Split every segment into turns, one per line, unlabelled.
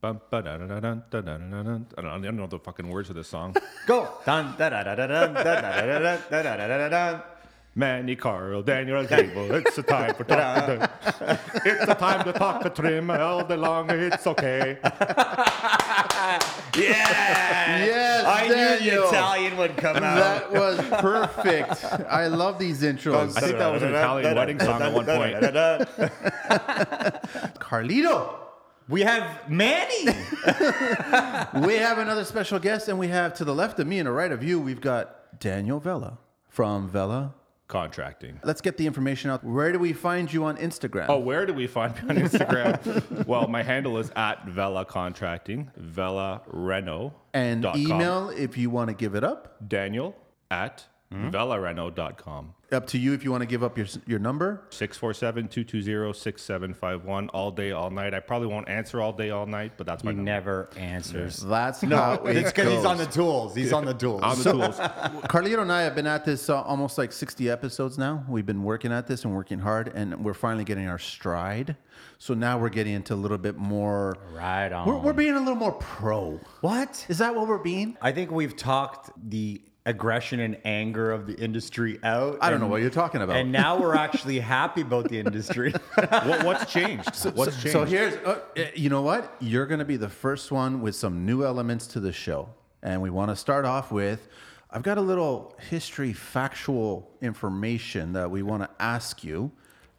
Bum, ba-da-da-da-dun, da-da-da-da-dun. I don't know- I don't know the fucking words of this song.
Go. Dun, da, da, da, da, dun, da, da, da, da, dun, da, da, da, da, da, dun.
Manny Carl, Daniel and Gable, it's the time for talk. To it's the time to talk to trim all day long. It's okay.
Yeah.
Yes,
I knew the
Daniel.
Italian would come out.
That was perfect. I love these intros.
I think that was an Italian wedding song at one point.
Carlito,
We have Manny.
we have another special guest, and we have to the left of me and the right of you, we've got Daniel Vela from Vela.
Contracting.
Let's get the information out. Where do we find you on Instagram?
Oh, where do we find me on Instagram? well, my handle is at Vela Contracting, Vela Reno.
and
dot com.
email if you want to give it up.
Daniel at
Hmm?
velareno.com.
Up to you if you want to give up your your number.
647-220-6751 all day, all night. I probably won't answer all day, all night, but that's my
He
number.
never answers.
That's
No,
how it
it's because he's
goes.
on the tools. He's on the tools.
On the tools.
Carlito and I have been at this uh, almost like 60 episodes now. We've been working at this and working hard, and we're finally getting our stride. So now we're getting into a little bit more.
Right on.
We're, we're being a little more pro.
Um, what?
Is that what we're being?
I think we've talked the aggression and anger of the industry out.
I don't know
and-
what you're talking about.
And now we're actually happy about the industry.
What, what's changed? what's
so,
changed?
so here's, uh, uh, you know what? You're going to be the first one with some new elements to the show. And we want to start off with I've got a little history factual information that we want to ask you.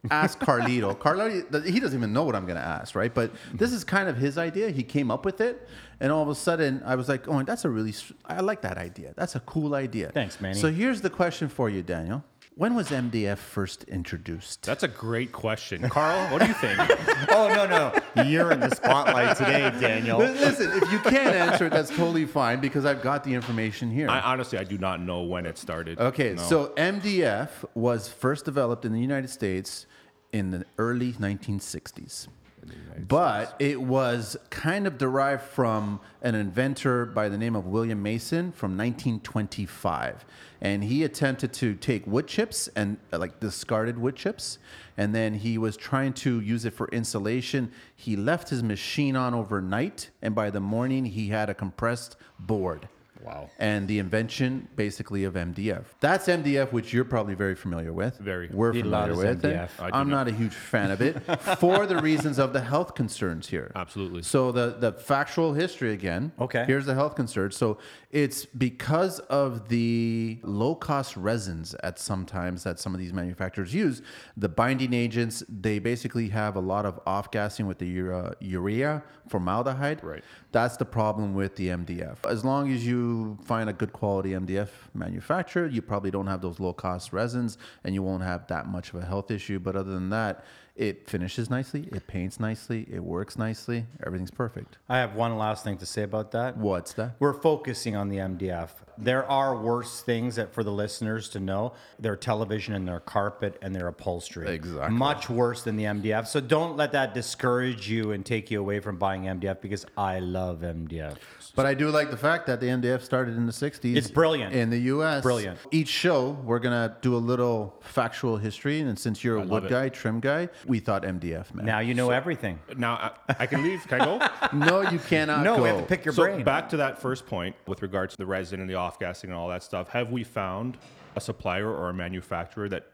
Ask Carlito. Carlito, he doesn't even know what I'm going to ask, right? But this is kind of his idea. He came up with it. And all of a sudden, I was like, oh, that's a really, s- I like that idea. That's a cool idea.
Thanks, Manny.
So here's the question for you, Daniel. When was MDF first introduced?
That's a great question. Carl, what do you think?
oh no no! You're in the spotlight today,
Oh.
Daniel.
Listen, if you can't answer it, that's totally fine because I've got the information here.
I honestly, I do not know when it started.
okay,
No.
so MDF was first developed in the United States in the early 1960s. But it was kind of derived from an inventor by the name of William Mason from 1925. And he attempted to take wood chips and uh, like discarded wood chips. And then he was trying to use it for insulation. He left his machine on overnight. And by the morning, he had a compressed board.
Wow.
And the invention basically of MDF. That's MDF, which you're probably very familiar with.
Very.
We're
He
familiar
loves
with. it.
MDF.
I do
I'm not a huge fan of it for the reasons of the health concerns here.
Absolutely.
So the the factual history again.
Okay.
Here's the health concerns. So it's because of the low cost resins at sometimes that some of these manufacturers use. The binding agents they basically have a lot of off gassing with the urea, urea formaldehyde.
Right.
That's the problem with the MDF. As long as you find a good quality MDF manufacturer, you probably don't have those low cost resins and you won't have that much of a health issue. But other than that, it finishes nicely, it paints nicely, it works nicely, everything's perfect.
I have one last thing to say about that.
What's that?
We're focusing on the MDF. There are worse things that for the listeners to know: their television and their carpet and their upholstery.
Exactly.
Much worse than the MDF. So don't let that discourage you and take you away from buying MDF because I love MDF.
But I do like the fact that the MDF started in the 60s.
It's brilliant.
In the US.
Brilliant.
Each show, we're going to do a little factual history. And since you're a wood
it.
guy, trim guy, we thought MDF, man.
Now you know everything.
now I, I can leave. Can I go?
no, you cannot
No,
go.
we have to pick your
so
brain.
back to that first point with regards to the resin and the off gassing and all that stuff. Have we found a supplier or a manufacturer that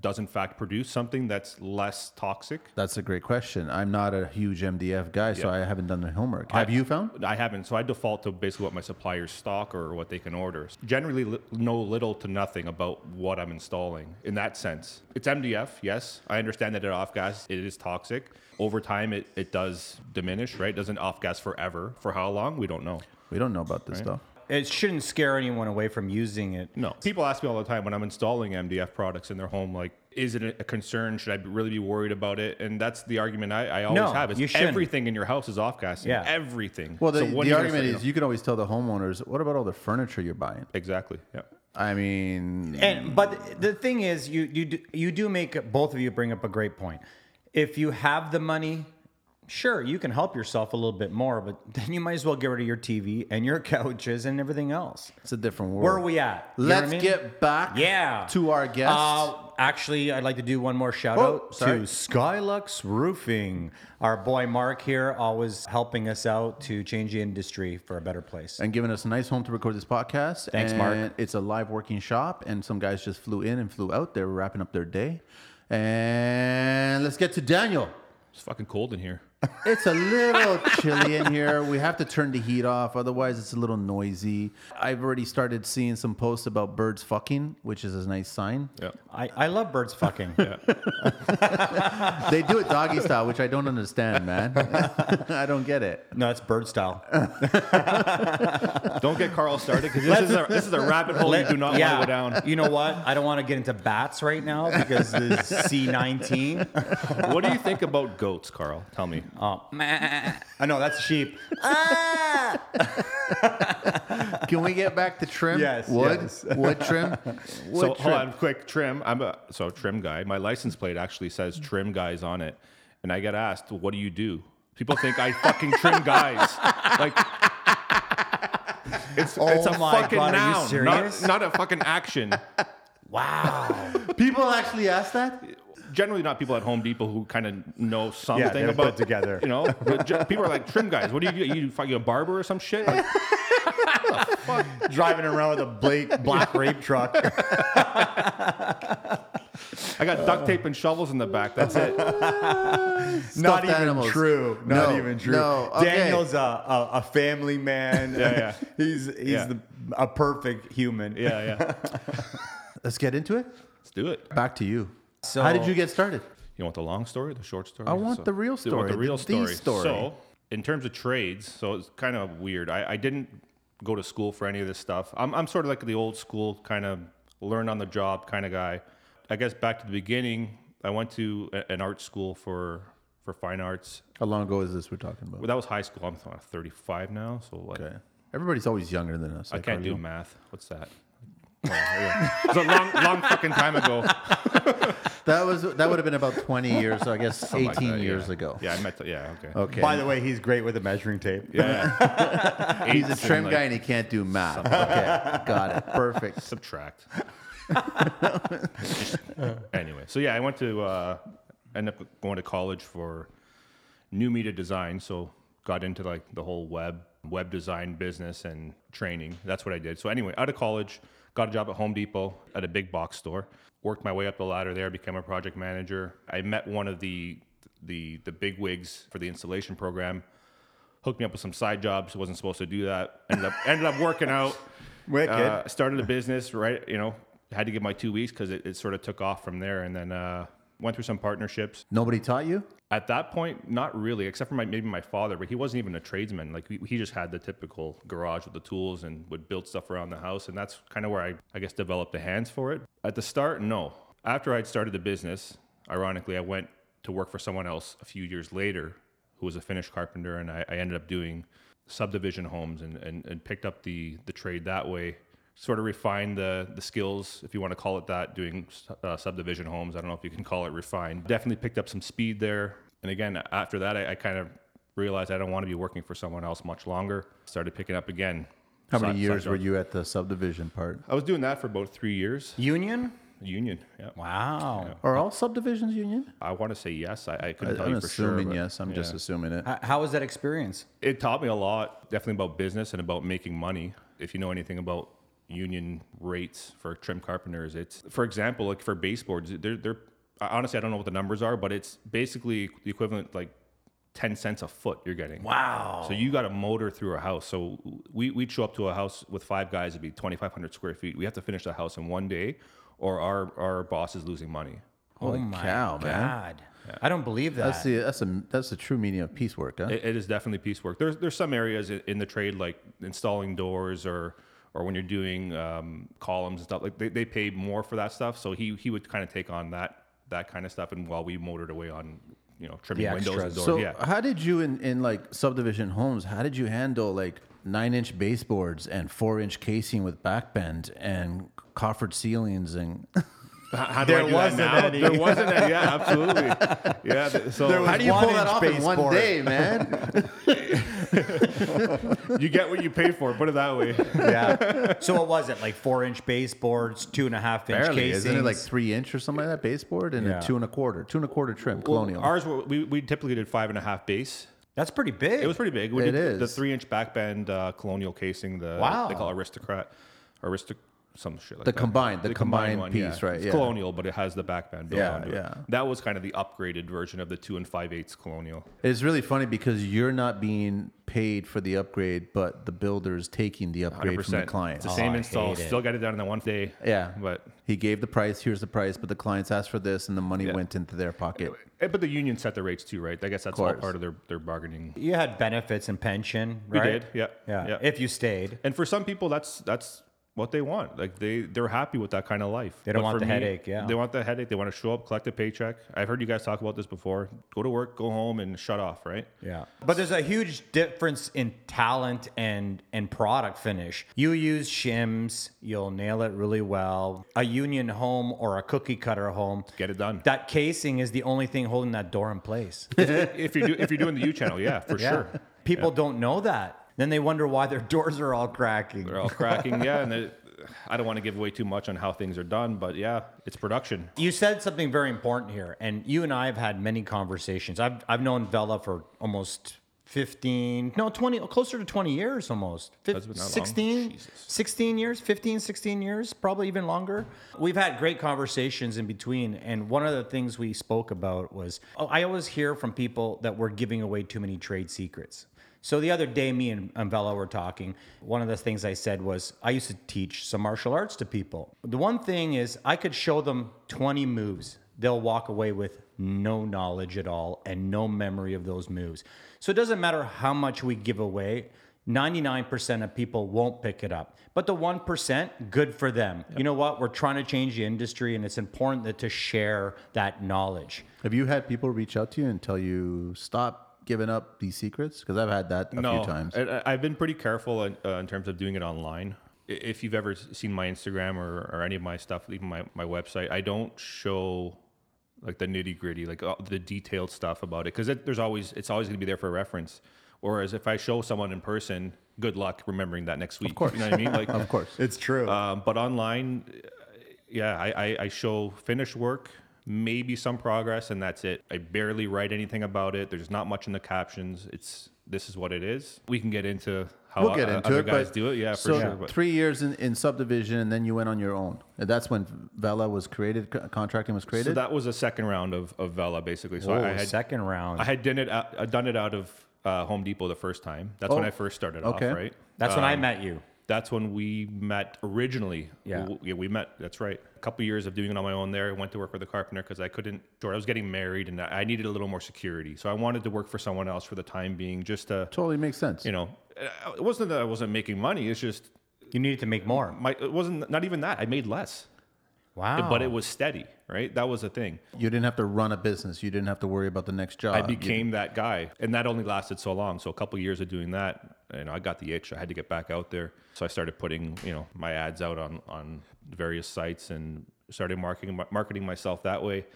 does in fact produce something that's less toxic?
That's a great question. I'm not a huge MDF guy, so I haven't done the homework. Have
I-
you found?
I haven't, so I default to basically what my suppliers stock or what they can order. Generally, li- know little to nothing about what I'm installing in that sense. It's MDF, yes. I understand that it off gas, it is toxic. Over time, it, it does diminish, right? It doesn't off gas forever. For how long, we don't know.
We don't know about this stuff.
It shouldn't scare anyone away from using it.
No. People ask me all the time when I'm installing MDF products in their home, like, is it a concern? Should I be- really be worried about it? And that's the argument I, I always
No,
have. Is
you shouldn't.
everything in your house is off gassing.
Yeah.
Everything.
Well, the,
So when
the
are you gonna
argument
say no?
is you can always tell the homeowners, what about all the furniture you're buying?
Exactly. Yeah.
I mean,
And but the thing is, you you do, you do make both of you bring up a great point. If you have the money, sure you can help yourself a little bit more, but then you might as well get rid of your TV and your couches and everything else.
it's a different world.
Where are we at? You know what
Let's
I mean?
get back
yeah
to our guest.
Uh, actually, I'd like to do one more shout
Oh,
out
sorry.
to Skylux Roofing, our boy Mark here, always helping us out to change the industry for a better place.
and giving us a nice home to record this podcast.
Thanks,
and
Mark.
It's a live working shop, and some guys just flew in and flew out. They were wrapping up their day. And let's get to Daniel.
It's fucking cold in here.
It's a little chilly in here. We have to turn the heat off, otherwise it's a little noisy. I've already started seeing some posts about birds fucking, which is a nice sign.
Yeah.
I, I love birds fucking.
They do it doggy style, which I don't understand, man. I don't get it.
No, it's bird style.
Don't get Carl started because this, is a- this is a rabbit hole you do not
yeah.
want to go down.
You know what? I don't want to get into bats right now because the C nineteen.
What do you think about goats, Carl? Tell me.
Oh, meh. I know that's sheep.
Can we get back to trim?
Yes,
Wood?
yes.
Wood trim? Wood
so
trim.
hold on, quick trim. I'm a so trim guy. My license plate actually says trim guys on it, and I get asked, "What do you do?" People think I fucking trim guys. Like, it's it's
Oh
a
my
fucking
God, are you
noun,
serious?
not, not a fucking action.
Wow.
People actually ask that?
Generally, not people at Home Depot who kind of know something
they're put
about
together.
You know, But ju- people are like trim guys. What do you do? You fucking a barber or some shit? Like,
Driving around with a black black rape truck.
I got duct tape and shovels in the back. That's it.
Not
Stuffed
even
animals.
true. Not
No,
even true.
no, okay.
Daniel's a, a, a family man.
Yeah, yeah.
he's he's
Yeah.
the, a perfect human.
Yeah, yeah.
Let's get into it.
Let's do it.
Back to you.
So-
How did you get started?
You want the long story, the short story?
I want the real
You want
story,
the real
the
story.
story.
So, in terms of trades, so it's kind of weird. I, I didn't go to school for any of this stuff. I'm, I'm sort of like the old school kind of learn on the job kind of guy. I guess back to the beginning, I went to a- an art school for for fine arts.
How long ago is this we're talking about?
Well, that was high school. I'm uh, 35 now, so like
Okay. Everybody's always younger than us.
I can't do math. What's that? Oh, yeah. It's a long, long fucking time ago.
That was that would have been about 20 years, so I guess 18
Like that,
years
Uh, yeah.
ago.
Yeah, I met. The, yeah, okay.
Okay.
By the way, he's great with a measuring tape.
Yeah,
He's a trim guy and he can't do math. Okay. Got it. Perfect.
subtract. anyway, so yeah, I went to uh, end up going to college for new media design. So got into like the whole web web design business and training. That's what I did. So anyway, out of college, got a job at Home Depot at a big box store. Worked my way up the ladder there, became a project manager. I met one of the the the big wigs for the installation program. Hooked me up with some side jobs. Wasn't supposed to do that. Ended up ended up working out.
Wicked.
Uh, started a business, right? You know, had to give my two weeks because it, it sort of took off from there, and then uh, went through some partnerships.
Nobody taught you?
At that point, not really, except for my maybe my father, but he wasn't even a tradesman. Like he, he just had the typical garage with the tools and would build stuff around the house, and that's kind of where I I guess developed the hands for it. At the start, no. After I'd started the business, ironically, I went to work for someone else a few years later who was a Finnish carpenter, and I, I ended up doing subdivision homes and, and, and picked up the, the trade that way. Sort of refined the the skills, if you want to call it that, doing uh, subdivision homes. I don't know if you can call it refined. Definitely picked up some speed there. And again, after that, I, I kind of realized I don't want to be working for someone else much longer. Started picking up again.
How many
Side-
years
side
were
jobs.
you at the subdivision part?
I was doing that for about three years.
Union.
Union. Yeah.
Wow.
Are all subdivisions union?
I want to say yes. I, I couldn't
I,
tell
am
you for sure.
assuming
but-
yes. I'm just
yeah.
assuming it.
H- How was that experience?
it taught me a lot definitely about business and about making money if you know anything about union rates for trim carpenters it's for example like for baseboards they're, they're I- honestly i don't know what the numbers are but it's basically the equivalent like 10 cents a foot you're getting
Wow.
so you got to motor through a house so we, we'd show up to a house with five guys it'd be 2500 square feet we have to finish the house in one day or our, our boss is losing money
Holy
Oh my
cow, man.
God. I don't believe that.
That's the that's a that's the true meaning of piecework, huh?
It, it is definitely piecework. There's there's some areas i- in the trade like installing doors or or when you're doing um, columns and stuff like they, they pay more for that stuff. So he he would kind of take on that that kind of stuff, and while we motored away on you know trimming
The
windows and
extras.
doors.
so
yeah,
how did you in, in like subdivision homes, how did you handle like nine inch baseboards and four inch casing with back bend and coffered ceilings and
H- how
there wasn't any.
There wasn't any. Yeah, absolutely. Yeah. th- So
There was
how do you
one-
pull?
inch baseboard.
man?
you get what you pay for. Put it that way.
yeah. So what was it? Like four inch baseboards, two and a half inch
Barely,
casings.
isn't it like three inch or something like that baseboard and
Yeah.
a two and a quarter, two and a quarter trim colonial.
Ours were, we we typically did five and a half base.
That's pretty big.
It was pretty big. We
It
did the- the
is.
three inch backbend uh, colonial casing. The
Wow.
they call it aristocrat, aristic, some shit like
The
that.
combined- the combined piece, right,
It's
yeah.
colonial, but it has the backbend. built
Yeah,
onto it.
yeah.
That was kind of the upgraded version of the two and five eighths colonial.
It's really funny because you're not being paid for the upgrade, but the builder is taking the upgrade from the
100%.
client.
It's the same
Oh, I
install.
hate it.
Still got it done in the one day.
Yeah,
but
he gave the price. Here's the price, but the clients asked for this, and the money went into their pocket.
eh, but the union set the rates too, right? I guess that's all
Course.
part of their their bargaining.
You had benefits and pension,
We
right?
did, yeah,
Yeah. If you stayed,
and for some people, that's that's what they want. Like they they're happy with that kind of life.
They don't want
for
the headache, yeah.
they want the headache. They want to show up, collect a paycheck. I've heard you guys talk about this before. Go to work, go home, and shut off. Right?
Yeah. But there's a huge difference in talent and and product finish. You use shims, you'll nail it really well. A union home or a cookie cutter home.
Get it done.
That casing is the only thing holding that door in place.
if you do, if you're doing the U channel, yeah, for
Yeah.
sure.
People don't know that. Then they wonder why their doors are all cracking.
They're all cracking, yeah. And they- I don't want to give away too much on how things are done, but yeah, it's production.
You said something very important here, and you and I have had many conversations. I've I've known Vela for almost 15, no, 20, closer to 20 years almost. Fif-
That's been that long?
16,
Jesus.
16 years, 15, 16 years, probably even longer. We've had great conversations in between, and one of the things we spoke about was oh, I always hear from people that we're giving away too many trade secrets. So the other day, me and, and Vela were talking. One of the things I said was, I used to teach some martial arts to people. The one thing is, I could show them 20 moves. They'll walk away with no knowledge at all and no memory of those moves. So it doesn't matter how much we give away, 99% of people won't pick it up. But the 1%, good for them. You know what? We're trying to change the industry, and it's important that, to share that knowledge.
Have you had people reach out to you and tell you stop giving up these secrets? Because I've had that a few times.
I- I- uh, I've been pretty careful in, uh, in terms of doing it online. I- If you've ever s- seen my Instagram or, or any of my stuff, even my, my website, I don't show like the nitty gritty, like uh, the detailed stuff about it, because there's always it's always going to be there for reference. Whereas if I show someone in person, good luck remembering that next week. Of course, you know what I mean. Like
Of course,
It's true.
um, but online, uh, yeah, I, I, I show finished work, maybe some progress, and that's it. I barely write anything about it. There's not much in the captions. It's this is what it is. We can get into how
we'll get
o-
into
other
it.
guys
but
do it. Yeah, for
so
sure. But
three years in, in subdivision, and then you went on your own. And that's when Vela was created. co- Contracting was
so
created.
that was a second round of, of Vela basically. So
oh,
I, I had
second round.
I had done it out, uh, done it out of uh, Home Depot the first time. That's when I first started
Oh, okay.
off, right?
That's when I
um,
met you.
That's when we met originally.
Yeah.
W- yeah, we met. That's right. A couple years of doing it on my own there. I went to work with a carpenter because I couldn't. Or I was getting married and I I needed a little more security, so I wanted to work for someone else for the time being, just to
totally makes sense.
you know. uh, It wasn't that I wasn't making money. It's just
You needed to make more.
my. It wasn't not even that. I made less,
Wow.
but it was steady. Right. That was the thing.
You didn't have to run a business. You didn't have to worry about the next job.
I became that guy, and that only lasted so long. So a couple years of doing that, you know, I got the itch. I had to get back out there, so I started putting you know my ads out on on various sites and started marketing marketing myself that way.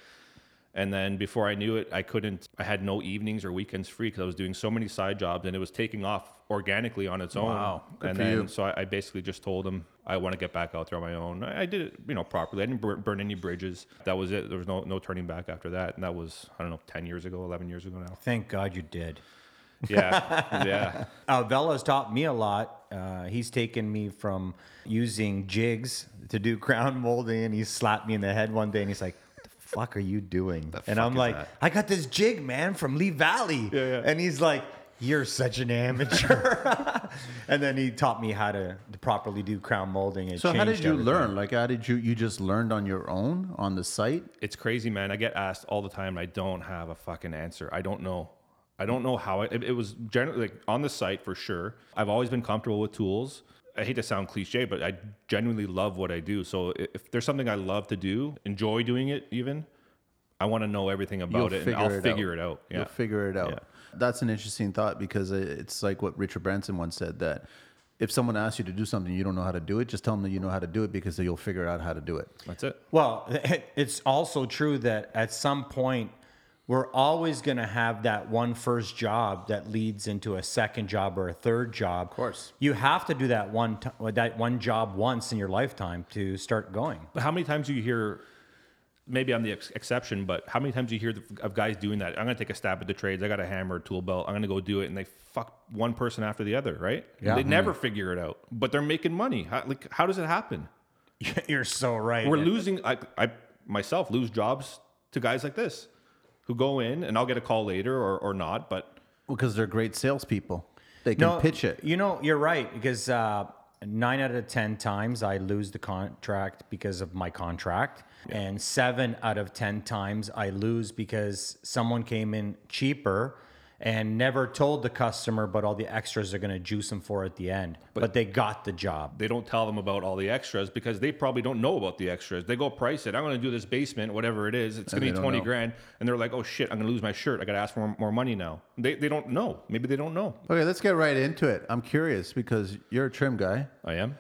And then before I knew it, I couldn't. I had no evenings or weekends free because I was doing so many side jobs, and it was taking off organically on its own.
Wow. Good
and
for
then
you.
so I, I basically just told them I want to get back out there on my own. I, I did it, you know, properly. I didn't burn, burn any bridges. That was it. There was no no turning back after that. And that was I don't know, ten years ago, eleven years ago now.
Thank God you did.
Yeah, yeah.
Uh, Vela's taught me a lot. Uh, he's taken me from using jigs to do crown molding, and he slapped me in the head one day, and he's like, "What the fuck are you doing?" And I'm
is
like,
that?
"I got this jig, man, from Lee Valley."
yeah.
And he's like, "You're such an amateur." and then he taught me how to, to properly do crown molding. It
So how did
changed
you
everything.
learn? Like how did you you just learned on your own on the site?
It's crazy, man. I get asked all the time. and I don't have a fucking answer. I don't know. I don't know how it, it, it was generally like on the site for sure. I've always been comfortable with tools. I hate to sound cliche, but I genuinely love what I do. So i- if there's something I love to do, enjoy doing it, even, I want to know everything about it, and I'll figure it out. Yeah.
You'll figure it out.
Yeah.
That's an interesting thought because it's like what Richard Branson once said that if someone asks you to do something you don't know how to do it, just tell them that you know how to do it because you'll figure out how to do it.
That's it.
Well, it's also true that at some point we're always going to have that one first job that leads into a second job or a third job. Of
course.
you have to do that one t- that one job once in your lifetime to start going.
But how many times do you hear? Maybe I'm the ex- exception, but how many times do you hear the, of guys doing that? I'm going to take a stab at the trades. I got a hammer, tool belt. I'm going to go do it, and they fuck one person after the other, right?
Yeah.
They never figure it out, but they're making money. How, like, how does it happen?
You're so right.
We're losing. I, I myself lose jobs to guys like this, who go in, and I'll get a call later or, or not. But
because they're great salespeople. They can pitch it.
You know, you're right because uh, nine out of ten times I lose the contract because of my contract, and seven out of ten times I lose because someone came in cheaper and never told the customer, but all the extras are going to juice them for at the end. But, they got the job.
they don't tell them about all the extras because they probably don't know about the extras. They go price it. I'm going to do this basement, whatever it is. It's going
they
to be
don't
20
know.
grand. And they're like, oh shit, I'm going to lose my shirt. I got to ask for more, more money now. They, they don't know. Maybe they don't know.
Okay, let's get right into it. I'm curious because you're a trim guy.
I am.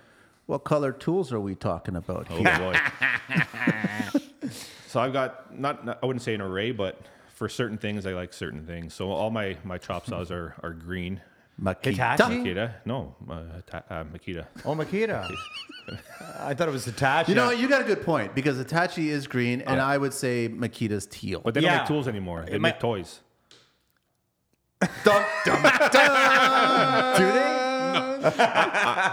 What color tools are we talking about
Oh
here?
boy. so I've got not, not- I wouldn't say an array, but for certain things I like certain things. So all my my chop saws are are green.
Makita.
Hitachi?
Makita? No, uh, ta- uh, Makita.
Oh, Makita. I thought it was Hitachi.
You know, you got a good point because Hitachi is green, and I would say Makita's teal.
But they don't
Yeah.
make tools anymore. They
It might-
make toys.
Dum, dum, dum.
do they?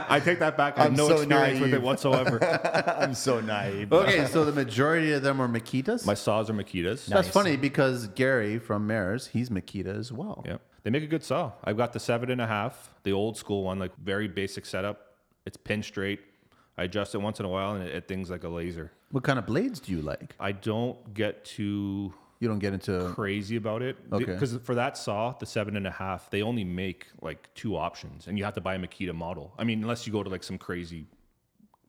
I take that back. I have
I'm
no
so
experience with it
naive.
whatsoever.
I'm so naive.
Okay, so the majority of them are Makitas.
my saws are Makitas.
That's funny because Gary from Mares, he's Makita as well.
Yeah. They make a good saw. I've got the seven and a half, the old school one, like very basic setup. It's pin straight. I adjust it once in a while and it, it things like a laser.
What kind of blades do you like?
I don't get too
You don't get into.
crazy about it.
Okay.
Because for that saw, the seven and a half, they only make like two options and you have to buy a Makita model. I mean, unless you go to like some crazy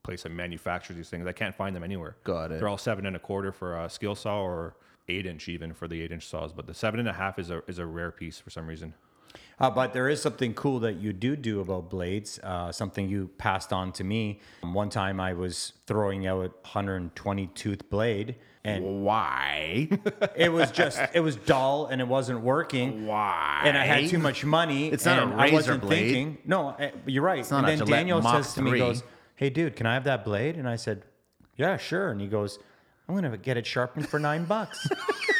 place that manufactures these things, I can't find them anywhere.
Got it.
They're all seven and a quarter for a skill saw or eight inch even for the eight inch saws. But the seven and a half is a, is a rare piece for some reason.
Uh, but there is something cool that you do do about blades, uh, something you passed on to me. Um, One time I was throwing out a 120 tooth blade and
Why?
it was just, it was dull and it wasn't working.
Why?
And I had too much money.
It's not a
and I
razor
wasn't
blade.
thinking. No, uh, you're right.
not
and
a
then
Gillette
Daniel
Mach
says to me, he
3.
goes, Hey, dude, can I have that blade? And I said, Yeah, sure. And he goes, I'm going to get it sharpened for nine bucks.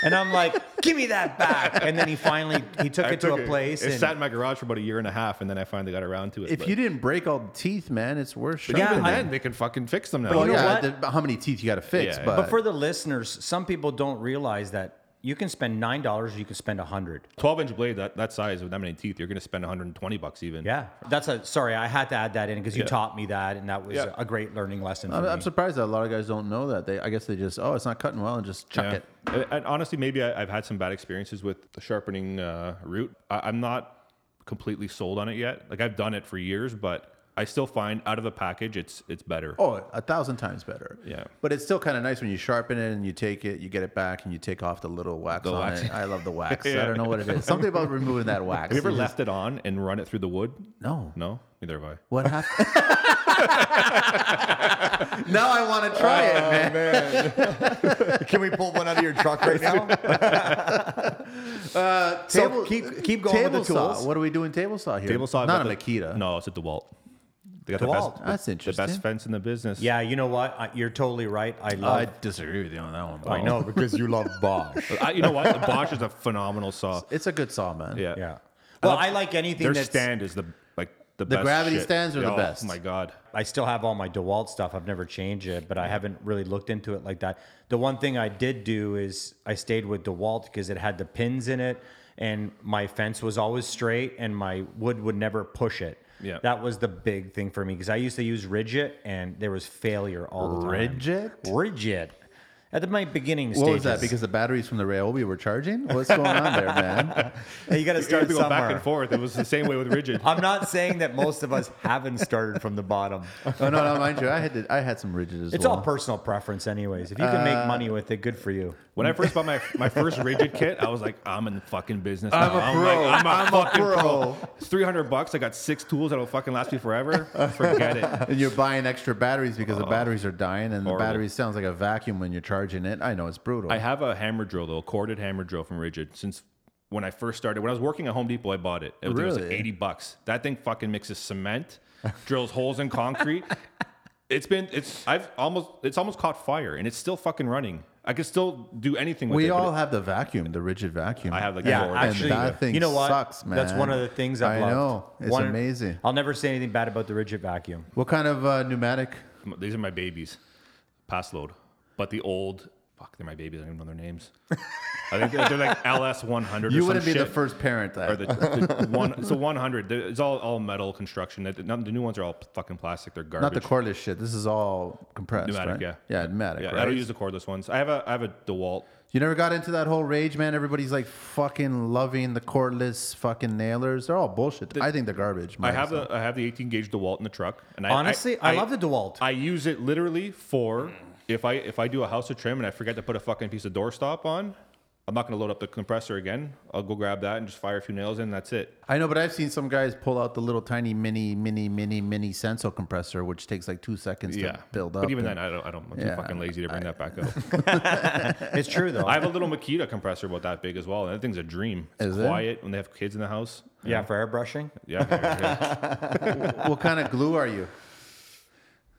and I'm like, Give me that back. And then he finally, he took it to a place.
It
and
sat in my garage for about a year and a half, and then I finally got around to it.
If
but-
you didn't break all the teeth, man, it's worth
But even
Yeah, I-
then, they can fucking fix them now.
Well,
you know
yeah,
what?
the- how many teeth you got to fix?
Yeah.
But,
But for the listeners, some people don't realize that you can spend nine dollars, you can spend a hundred.
Twelve inch blade that, that size with that many teeth, you're gonna spend 120 bucks even.
Yeah, that's a sorry. I had to add that in because you taught me that, and that was
Yeah.
a great learning lesson for
I'm, I'm
me.
surprised that a lot of guys don't know that. They, I guess they just, oh, it's not cutting well, and just chuck
Yeah.
it.
And, and honestly, maybe I, I've had some bad experiences with the sharpening uh, root. I, I'm not completely sold on it yet. Like I've done it for years, but I still find out of the package, it's it's better.
Oh, a thousand times better.
Yeah.
But it's still kind of nice when you sharpen it and you take it, you get it back, and you take off the little wax on
wax.
it. I love the wax. I don't know what it is. Something about removing that wax.
Have you ever
It just-
left it on and run it through the wood?
No.
No, neither have I.
What happened? now I want to try it, man.
Can we pull one out of your truck right now?
So keep- keep going with the
table saw.
tools.
What are we doing table saw here?
Uh, Table saw. I've
Not a
got the-
Makita.
No, it's a DeWalt. They got
DeWalt.
The
That's
best, the, the
interesting.
best fence in the business.
yeah, you know what? I, you're totally right. I
I
love.
disagree with you on that one.
I
Paul.
know.
because you love Bosch.
I, you know what? The Bosch is a phenomenal saw.
It's a good saw, man.
Yeah.
Yeah. Well, I like anything
Their
that's.
stand is the like the, best.
gravity
shit.
stands are the
oh,
best.
my god.
I still have all my DeWalt stuff. I've never changed it, but I haven't really looked into it like that. The one thing I did do is I stayed with DeWalt because it had the pins in it and my fence was always straight and my wood would never push it.
Yeah.
That was the big thing for me because I used to use Ridget and there was failure all the time.
Ridget?
Ridget. At the, my beginning
What
stages.
was that? Because the batteries from the Ryobi were charging? What's going on there, man?
Hey, you got to
You have
start
to go
somewhere.
back and forth. It was the same way with rigid.
I'm not saying that most of us haven't started from the bottom.
Oh no, no, mind you, I had to, I had some rigid as
It's
well.
all personal preference, anyways. If you can make money with it, good for you.
When I first bought my, my first rigid kit, I was like, I'm in the fucking business.
I'm
now.
a pro.
Like, I'm a
I'm a
fucking pro.
pro.
It's 300 bucks. I got six tools that'll fucking last me forever. Forget it.
And you're buying extra batteries because the batteries are dying, and
Oh. horrible.
the battery sounds like a vacuum when you're charging it. I know it's brutal.
I have a hammer drill though, a corded hammer drill from Rigid. Since when I first started, when I was working at Home Depot, I bought it. It was, it was like
Really?
eighty bucks. That thing fucking mixes cement, drills holes in concrete. It's been it's I've almost it's almost caught fire and it's still fucking running. I could still do anything with
we
it. but
all have the vacuum, the rigid vacuum.
I have like
Yeah,
cord.
And
actually,
that thing
you know what?
sucks, man.
That's one of the things I've
I
loved.
know. It's
One-
amazing.
I'll never say anything bad about the rigid vacuum.
What kind of uh, pneumatic?
these are my babies. Pass load. But the old fuck, they're my babies. I don't even know their names. I think they're, they're like LS one hundred.
You wouldn't be the
first.
first parent
or
that.
the, the one it's a 100 They're- it's all, all metal construction the, the, none- the new ones are all fucking plastic they're garbage
not the cordless shit. This is all compressed,
Pneumatic,
right?
yeah.
yeah, pneumatic.
yeah,
right?
i don't use the cordless ones i have a i have a dewalt
You never got into that whole rage, man. Everybody's like fucking loving the cordless fucking nailers. They're all bullshit. I think they're garbage.
i have the i have the 18 gauge dewalt in the truck and I,
Honestly, I, love the DeWalt.
i use it literally for if i if i do a house of trim and i forget to put a fucking piece of doorstop on i'm not going to load up the compressor again i'll go grab that and just fire a few nails in and that's it
I know, but I've seen some guys pull out the little tiny mini, mini, mini, mini senso compressor, which takes like two seconds
yeah
to build up.
but even
and-
then i don't i don't i'm too
Yeah,
fucking lazy to bring that back up
it's true though.
I have a little Makita compressor about that big as well, and that thing's a dream. It's
Is it?
quiet when they have kids in the house.
yeah, for airbrushing.
Yeah, yeah, yeah.
what kind of glue are you?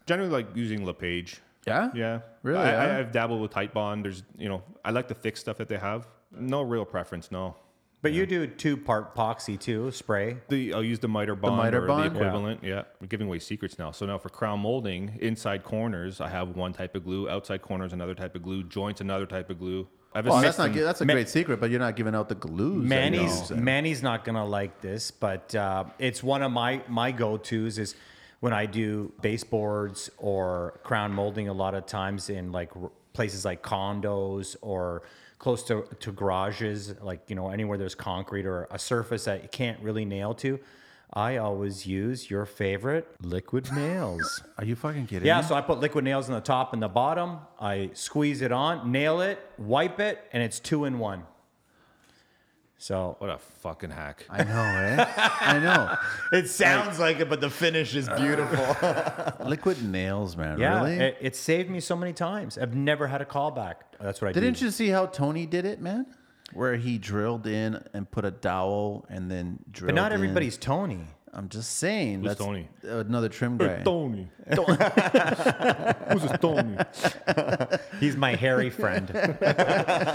generally like using LePage.
Yeah,
Yeah,
Really,
I,
yeah?
I, I've dabbled with Tight Bond. There's, you know, I like the thick stuff that they have. No real preference. No,
But you do two part epoxy too, spray.
the I'll use the miter bond
miter
or
bond?
the equivalent. Yeah. we're giving away secrets now. So now for crown molding, inside corners I have one type of glue, outside corners another type of glue, joints another type of glue. I have a
Oh, that's
system.
not good. That's a
Ma-
great secret, but you're not giving out the glues. that you
Manny's
use.
Manny's not gonna like this, but uh, it's one of my my go tos is when I do baseboards or crown molding. A lot of times in like r- places like condos or close to, to garages, like you know anywhere there's concrete or a surface that you can't really nail to. I always use your favorite liquid nails. Hmm?
Are you fucking kidding?
Yeah,
me?
so I put liquid nails on the top and the bottom. I squeeze it on, nail it, wipe it, and it's two in one. So
What a fucking hack!
I know, eh? I know.
it sounds
like it, but the finish is beautiful.
Liquid nails, man.
yeah,
eh,
really?
it, it saved me so many times. I've never had a callback. Oh, That's what I
Didn't
do.
you see how Tony did it, man? Where he drilled in and put a dowel and then drilled.
But not
in.
everybody's Tony.
I'm just saying.
Who's
that's
Tony?
Another trim
Hey,
guy.
Tony, who's this Tony?
He's my hairy friend.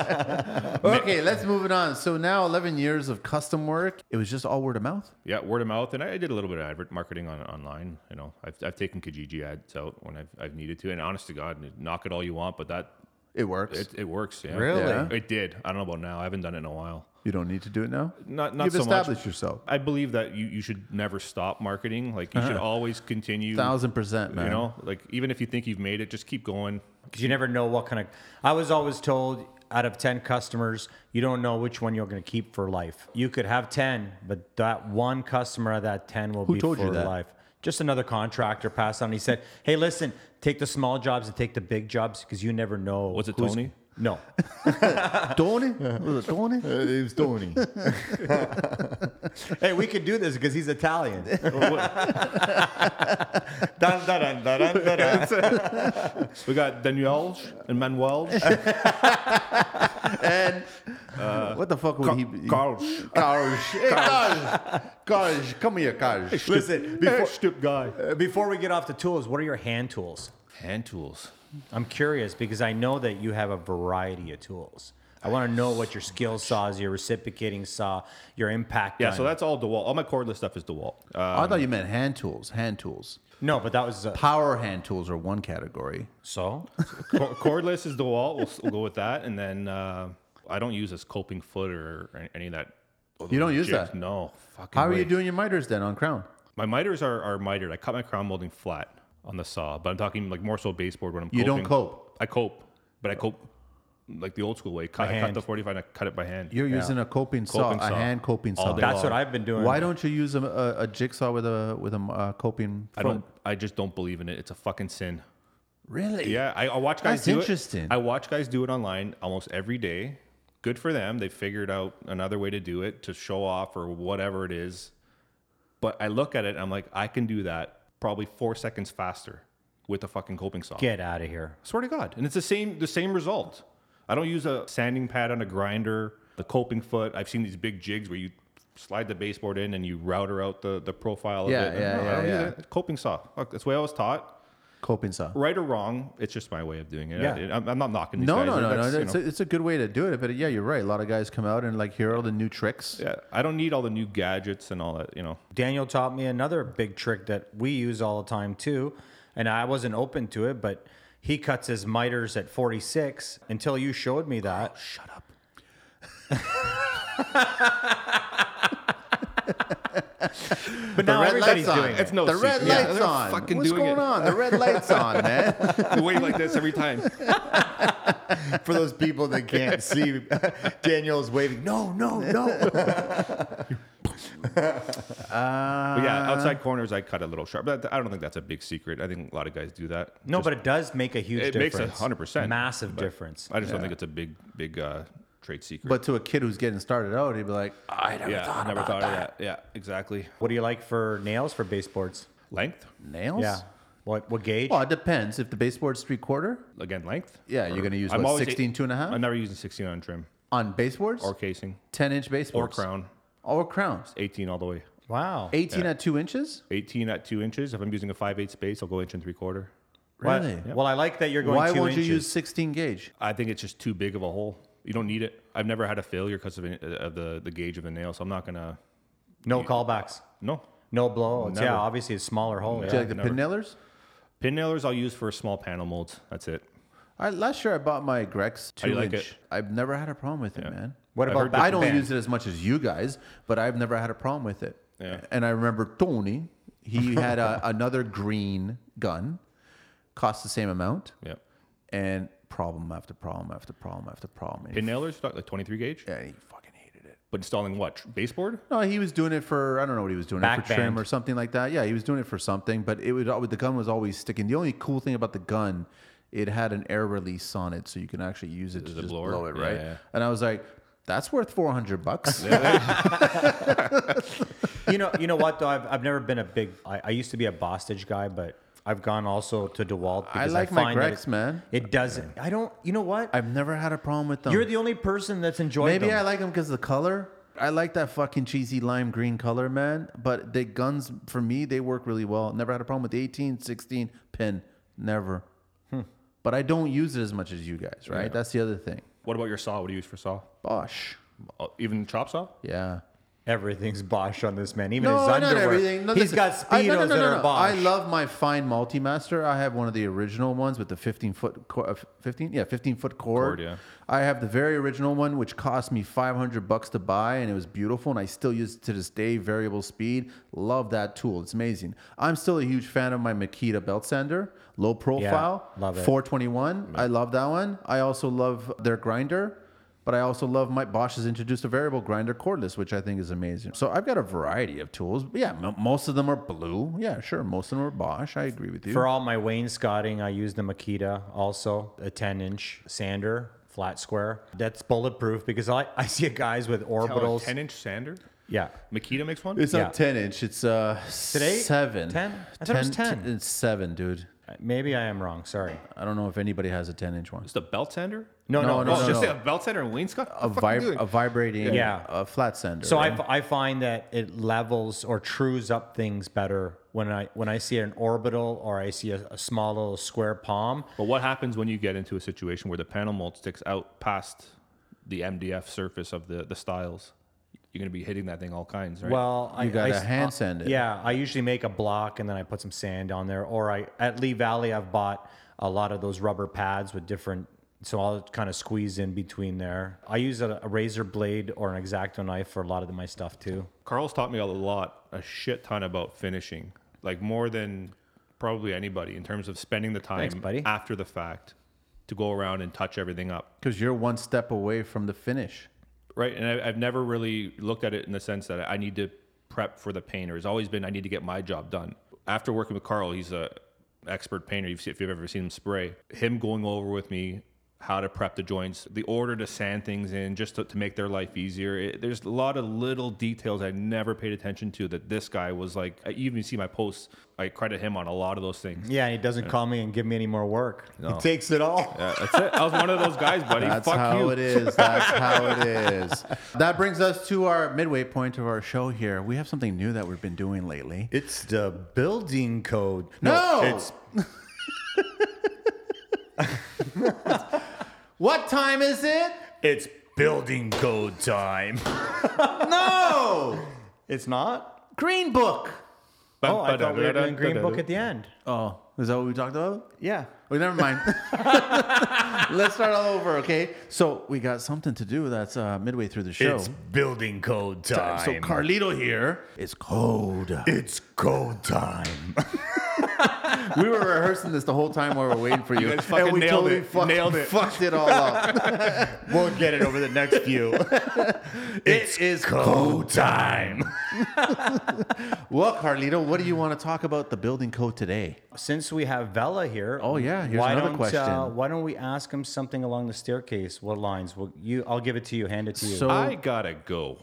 Okay, let's move it on. So now, 11 years of custom work. It was just all word of mouth.
Yeah, word of mouth, and I, I did a little bit of advert marketing on online. You know, I've, I've taken Kijiji ads out when I've, I've needed to, and honest to God, knock it all you want, but that
It works.
it, it works. Yeah.
Really?
Yeah.
It did. I don't know about now. I haven't done it in a while.
you don't need to do it now.
Not not
You've
so
established
much.
yourself.
I believe that you, you should never stop marketing. Like you should always continue.
Uh-huh. Thousand percent, man.
You know, like even if you think you've made it, just keep going.
Because you never know what kind of. I was always told out of 10 customers, you don't know which one you're going to keep for life. You could have 10, but that one customer out of that 10 will be
told
for
you that?
life. Just another contractor passed on. He said, hey, listen, take the small jobs and take the big jobs because you never know.
Was it
who's-
Tony?
No.
Tony? Was it Tony?
Uh,
it was Tony.
hey, we could do this because he's Italian.
dun, dun, dun, dun, dun, dun.
We got Daniel and Manuel.
what the fuck would he be?
Carl.
Kaj. Hey, Kaj. Kaj, come here, Kaj.
listen, before,
Stupid guy.
uh, before we get off the tools, what are your hand tools?
Hand tools.
I'm curious because I know that you have a variety of tools. I want to know what your skill saw is, your reciprocating saw, your impact.
Yeah,
gun.
so that's all DeWalt. All my cordless stuff is DeWalt. Uh,
I thought you meant hand tools. Hand tools.
no, but that was uh,
Power hand tools are one category.
so.
Cor- cordless is DeWalt. We'll, we'll go with that. And then uh, I don't use a scoping foot or, or any of that. Oh,
You don't use
jigs.
that?
No. Fucking
How are
way.
you doing your miters then on crown?
My miters are, are mitered. I cut my crown molding flat on the saw, but I'm talking like more so baseboard when I'm
You don't
coping.
cope?
I cope, but I cope like the old school way. Cut, I cut
hand.
the 45 and I cut it by hand.
You're using a coping saw,
Coping
a
saw.
hand coping
All
saw.
day
That's what I've been doing.
Why don't you use a, a, a jigsaw with a with a uh, coping?
I don't. I just don't believe in it. It's a fucking sin.
Really?
Yeah, I, I watch guys
That's
do
interesting.
it. I watch guys do it online almost every day. Good for them. They figured out another way to do it to show off or whatever it is. But I look at it and I'm like, I can do that probably four seconds faster with a fucking coping saw.
Get out of here.
Swear to God. And it's the same the same result. I don't use a sanding pad on a grinder, the coping foot. I've seen these big jigs where you slide the baseboard in and you router out the, the profile of
Yeah,
it.
yeah,
No,
yeah,
I don't use
yeah.
it. Coping saw. Fuck, that's the way I was taught
Coping saw.
right or wrong, it's just my way of doing it.
Yeah.
I, am not knocking these
No,
guys.
no, no,
That's,
no.
you
It's
know,
a, it's a good way to do it, but yeah, you're right. A lot of guys come out and like hear all the new tricks.
yeah, I don't need all the new gadgets and all that. You know,
Daniel taught me another big trick that we use all the time too, and I wasn't open to it, but he cuts his miters at 46 until you showed me that. shut up. but now
red
everybody's
light's on.
doing
it's
it.
no
the red
secret.
light's
They're
on.
Fucking
What's
doing
going
it.
on? The red light's on, man.
They wave like this every time.
For those people that can't see, Daniel's waving. No, no, no.
But
Uh,
yeah, outside corners, I cut a little sharp. But I don't think that's a big secret. I think a lot of guys do that.
No, but it does make a huge
It makes
difference.
a 100%,
massive
but-
difference.
I just don't think it's a big, big uh, trade secret.
But to a kid who's getting started out, he'd be like, I never
yeah,
thought
I never
about
thought
that.
of that. Yeah, exactly.
What do you like for nails for baseboards?
Length
Nails?
Yeah. What what gauge?
Well, it depends. If the baseboard's three quarter
again, length.
Yeah, you're gonna use,
I'm
what,
always-
16, two and a half?
I'm never using 16 on trim
on baseboards,
or casing
10 inch
or
baseboards.
crown.
Or crowns.
18 all the way.
wow.
18 at two inches?
18 at two inches. If I'm using a five eight space, I'll go inch and three quarter.
Well,
Really?
well, I like that you're going
Why
two
won't
inches.
you use 16 gauge?
I think it's just too big of a hole. You don't need it. I've never had a failure because of, it- uh, of the, the gauge of the nail, so I'm not gonna.
no callbacks.
No,
No blowouts.
Never.
Yeah, obviously a smaller hole.
Do you
Yeah.
like the
never.
pin nailers?
pin nailers I'll use for small panel molds. That's it.
I, last year I bought my Grex
How you
two
like
inch.
it?
I've never had a problem with it, man.
What
I've
about
heard
back
I don't
bend?
use it as much as you guys, but I've never had a problem with it.
Yeah.
And I remember Tony, he had a, another green gun, cost the same amount,
Yeah,
and problem after problem after problem after problem. And
pin nailers like 23 gauge,
yeah, he fucking hated it.
but installing what tr- baseboard?
No, he was doing it for I don't know what he was doing it for
Back
trim
bend.
or something like that. Yeah, he was doing it for something, but it would always, the gun was always sticking. The only cool thing about the gun, it had an air release on it, so you can actually use it to
a
just
blower?
blow it
Yeah,
right.
yeah.
And I was like, that's worth four hundred bucks.
you know, you know what though? I've, I've never been a big. I, I used to be a Bostage guy, but I've gone also to Dewalt. Because
like my
find that
Grex,
it-
man.
It doesn't. I don't. You know what?
I've never had a problem with them.
You're the only person that's enjoyed
Maybe I
them.
like them because the color. I like that fucking cheesy lime green color, man. But the guns for me, they work really well. Never had a problem with the 18, 16 pin. Never. But I don't use it as much as you guys, right? That's the other thing.
What about your saw? What do you use for saw?
Bosch.
Uh, Even chop saw?
Yeah.
Everything's Bosch on this man. Even his underwear.
No,
He's
listen,
got
I-
speedos
no, no, no, no,
that
no.
are Bosch.
I love my fine Multimaster. I have one of the original ones with the 15 foot, cor- uh, 15, yeah, 15 foot cord.
Cord, yeah.
I have the very original one, which cost me 500 bucks to buy, and it was beautiful, and I still use it to this day. Variable speed, love that tool. It's amazing. I'm still a huge fan of my Makita belt sander, low profile,
love it.
421. I love that one. I also love their grinder. But I also love my Bosch has introduced a variable grinder cordless, which I think is amazing. So I've got a variety of tools. But yeah, m- most of them are blue. Yeah, sure, most of them are Bosch. I agree with you.
For all my wainscoting, I use the Makita also, a 10 inch sander, flat square. That's bulletproof because I, I see guys with orbitals.
10 inch sander?
yeah.
Makita makes one?
It's
Yeah.
not ten inch. It's uh
it eight?
seven.
10? I thought it was 10.
It's seven, dude.
Maybe I am wrong. Sorry.
I don't know if anybody has a ten inch one.
Just a belt sander?
No, no,
No, no,
oh,
no.
just
no.
a belt sander and wainscot?
A, vib- a vibrating,
Yeah.
a flat sender.
So I,
right?
I find that it levels or trues up things better when I when I see an orbital or I see a, a small little square palm.
But what happens when you get into a situation where the panel mold sticks out past the MDF surface of the, the styles? You're going to be hitting that thing all kinds, right?
Well, I,
You gotta
I- uh,
hand sand it.
Yeah, I usually make a block and then I put some sand on there. Or I at Lee Valley, I've bought a lot of those rubber pads with different. So I'll kind of squeeze in between there. I use a, a razor blade or an X-Acto knife for a lot of my stuff too.
Carl's taught me a lot, a shit ton about finishing, like more than probably anybody in terms of spending the time
Thanks, buddy.
after the fact to go around and touch everything up,
because you're one step away from the finish.
right? And I, I've never really looked at it in the sense that I need to prep for the pain, or it's always been I need to get my job done. After working with Carl, he's a expert painter. You've seen, if you've ever seen him spray, him going over with me how to prep the joints, the order to sand things in, just to, to make their life easier. It, there's a lot of little details I never paid attention to that this guy was like. I even see my posts. I credit him on a lot of those things.
Yeah, and he doesn't call me and give me any more work.
He takes it all.
That's it. I was one of those guys, buddy.
That's
Fuck
how
you.
it is. That's how it is. That brings us to our midway point of our show here. We have something new that we've been doing lately.
It's the building code.
No!
it's
What time is it?
it's building code time.
No!
It's not.
Green Book.
Oh, I thought we were doing Green Book at the end.
Oh, is that what we talked about?
Yeah.
Well, Oh, never mind. Let's start all over, okay? So we got something to do that's uh, midway through the show.
It's building code time.
so Carlito here is cold.
it's code time.
we were rehearsing this the whole time while we were waiting for you,
guys fucking
and we
nailed
totally
it.
Fucked,
Nailed it.
fucked it all up.
We'll get it over the next few.
it is
code time.
Well, Carlito, what do you want to talk about the building code today?
Since we have Vela here,
Oh, yeah, here's
why
another
don't,
question.
Uh, why don't we ask him something along the staircase? What lines? Well, you, I'll give it to you. Hand it to you.
So
I gotta go.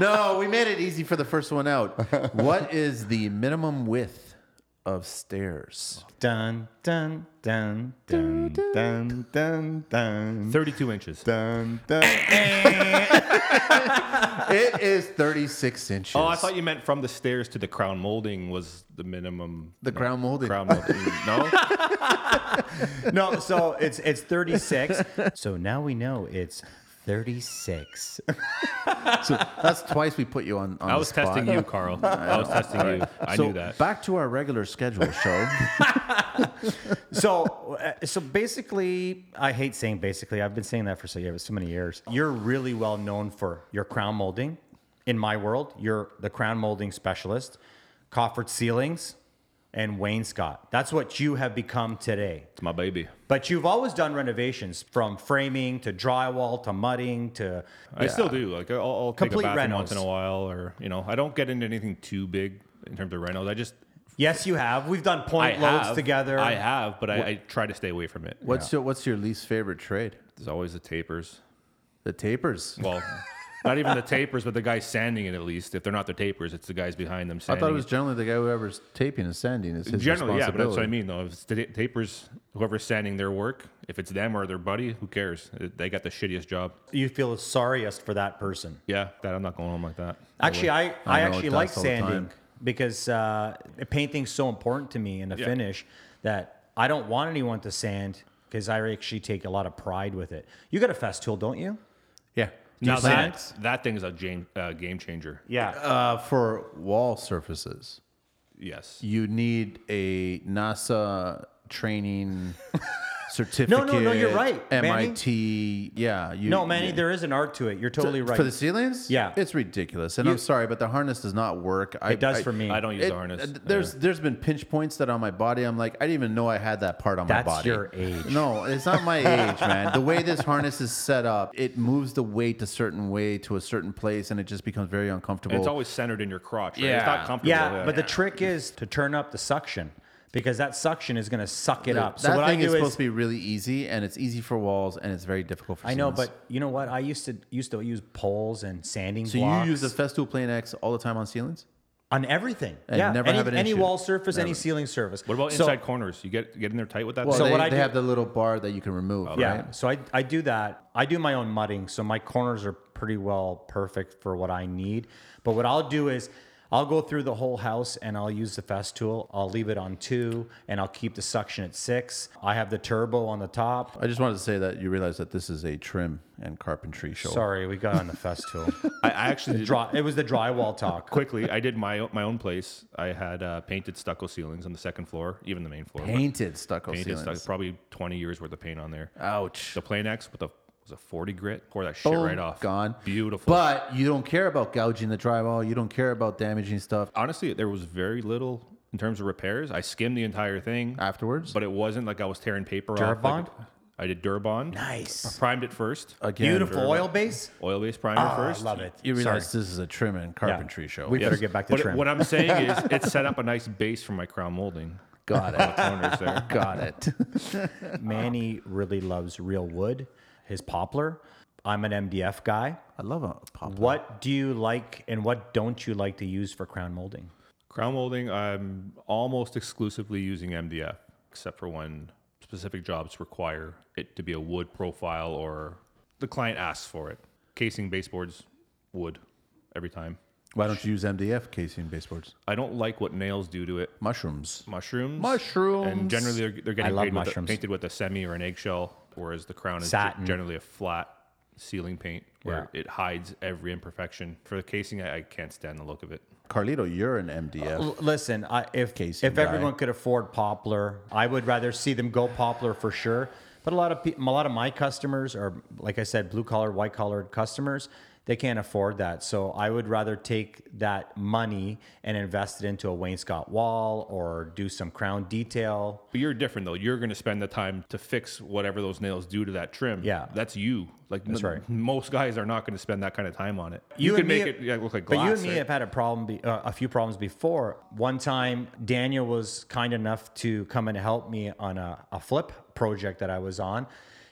no, we made it easy for the first one out. what is the minimum width of stairs?
dun dun dun dun dun dun dun.
32 inches.
Dun, dun.
It is 36 inches.
Oh, I thought you meant from the stairs to the crown molding was the minimum.
the crown molded.
Crown molding. no?
No, so it's it's thirty six. so now we know it's thirty six.
That's twice we put you on. on
I
the
was
spot.
testing you, Carl. I was testing you. I
so
knew that.
Back to our regular schedule show.
So uh, so basically, I hate saying basically. I've been saying that for so yeah, so many years. You're really well known for your crown molding. In my world, you're the crown molding specialist, Coffered ceilings, and wainscot. That's what you have become today.
It's my baby.
But you've always done renovations from framing to drywall to mudding to
I still do. Like I'll, I'll take a
Complete
bathroom
renos.
once in a while, or you know, I don't get into anything too big in terms of renos. I just
Yes, you have. We've done
I
point loads
have,
together.
I have, but I, I try to stay away from it.
What's your What's your least favorite trade?
There's always the tapers.
The tapers.
Well, not even the tapers, but the guys sanding it at least. If they're not the tapers, it's the guys behind them
I
sanding.
thought it was generally the guy whoever's taping and sanding is his
generally yeah, but that's what I
responsibility.
mean though. If it's the ta- tapers, whoever's sanding their work, if it's them or their buddy, who cares? They got the shittiest job.
You feel sorriest for that person.
Yeah, that I'm not going home like that.
Actually, I, I,
know, it
actually
does
like
all the time.
sanding because uh, painting's so important to me in the
Yeah.
finish that I don't want anyone to sand because I actually take a lot of pride with it. You got a Festool, don't you?
Yeah.
now that,
sand?
that thing is a game, uh, game changer.
Yeah.
Uh, for wall surfaces,
Yes.
you need a NASA training certificate.
you're right, Manny.
MIT. Yeah. You,
No, Manny,
you-
there is an art to it. You're totally right.
For the ceilings?
Yeah.
It's ridiculous. And I'm sorry, but the harness does not work. I,
it does
I-
for me.
I don't use
It-
the harness.
uh, There's there's been pinch points that on my body I'm like I didn't even know I had that part on
That's
my body.
your age.
No, it's not my age, man. The way this harness is set up, it moves the weight a certain way to a certain place, and it just becomes very uncomfortable.
And it's always centered in your crotch. Right? It's
Yeah.
not comfortable.
Yeah, but the trick is to turn up the suction because that suction is going to suck it up. So
that
what
thing
I do
is
is,
supposed to be really easy, and it's easy for walls, and it's very difficult for.
I know,
ceilings.
but you know what? I used to used to use poles and sanding
so
blocks
you use the Festool Plane X all the time on ceilings?
on everything.
And
yeah,
never
any,
have an
any
issue.
wall surface, any ceiling surface.
What about
So-
inside corners? You get get in there tight with that.
Well,
thing?
So
they,
what I
they
do-
have the little bar that you can remove,
Yeah,
right?
so I, I do that. I do my own mudding, so my corners are pretty well perfect for what I need. But what I'll do is I'll go through the whole house and I'll use the Festool. I'll leave it on two and I'll keep the suction at six. I have the turbo on the top.
I just wanted to say that you realize that this is a trim and carpentry show.
Sorry, we got on the Festool.
I, I actually did,
Dry, it was the drywall talk.
quickly. I did my o- my own place. I had uh, painted stucco ceilings on the second floor, even the main floor. but
Painted stucco
painted
ceilings.
stucco, probably 20 years worth of paint on there.
Ouch. Oh,
The plain X with a was a 40 grit. Pour that shit
Oh,
right off.
Gone.
Beautiful.
But you don't care about gouging the drywall. You don't care about damaging stuff
honestly, there was very little in terms of repairs. I skimmed the entire thing,
afterwards.
but it wasn't like I was tearing paper off.
Durabond?
Like, I did Durabond.
Nice.
Primed it first.
Again,
Beautiful
Durabond.
oil base.
Oil-based primer first.
Ah, I love it.
You
Sorry.
realize this is a trim and carpentry show.
We
Yes.
better get back to
But
trim.
What I'm saying is, it set up a nice base for my crown molding.
got
All the corners
it.
there.
Got it.
Manny really loves real wood, his poplar. I'm an MDF guy.
I love a pop.
What do you like and what don't you like to use for crown molding?
Crown molding, I'm almost exclusively using MDF, except for when specific jobs require it to be a wood profile or the client asks for it. Casing baseboards, wood, every time.
Why don't you use MDF casing baseboards?
I don't like what nails do to it.
Mushrooms.
Mushrooms.
Mushrooms.
And generally, they're, they're getting
love
painted with, a,
mushrooms.
painted with a semi or an eggshell, whereas the crown is ge-
Satin.
generally a flat ceiling paint where it hides every imperfection. For the casing, I, I can't stand the look of it.
Carlito, you're an MDF.
L- Listen, I, if
Casey
if
guy.
everyone could afford poplar, I would rather see them go poplar for sure. But a lot of pe- a lot of my customers are, like I said, blue collar, white collar customers. They can't afford that, so I would rather take that money and invest it into a wainscot wall or do some crown detail.
But you're different though. You're going to spend the time to fix whatever those nails do to that trim.
Yeah.
that's you. Like that's
right.
Most guys are not going to spend that kind of time on it. You,
and
can make
me-
it yeah, look like
But
glass.
you and me
right?
have had a problem, be, uh, a few problems before. One time, Daniel was kind enough to come and help me on a, a flip project that I was on.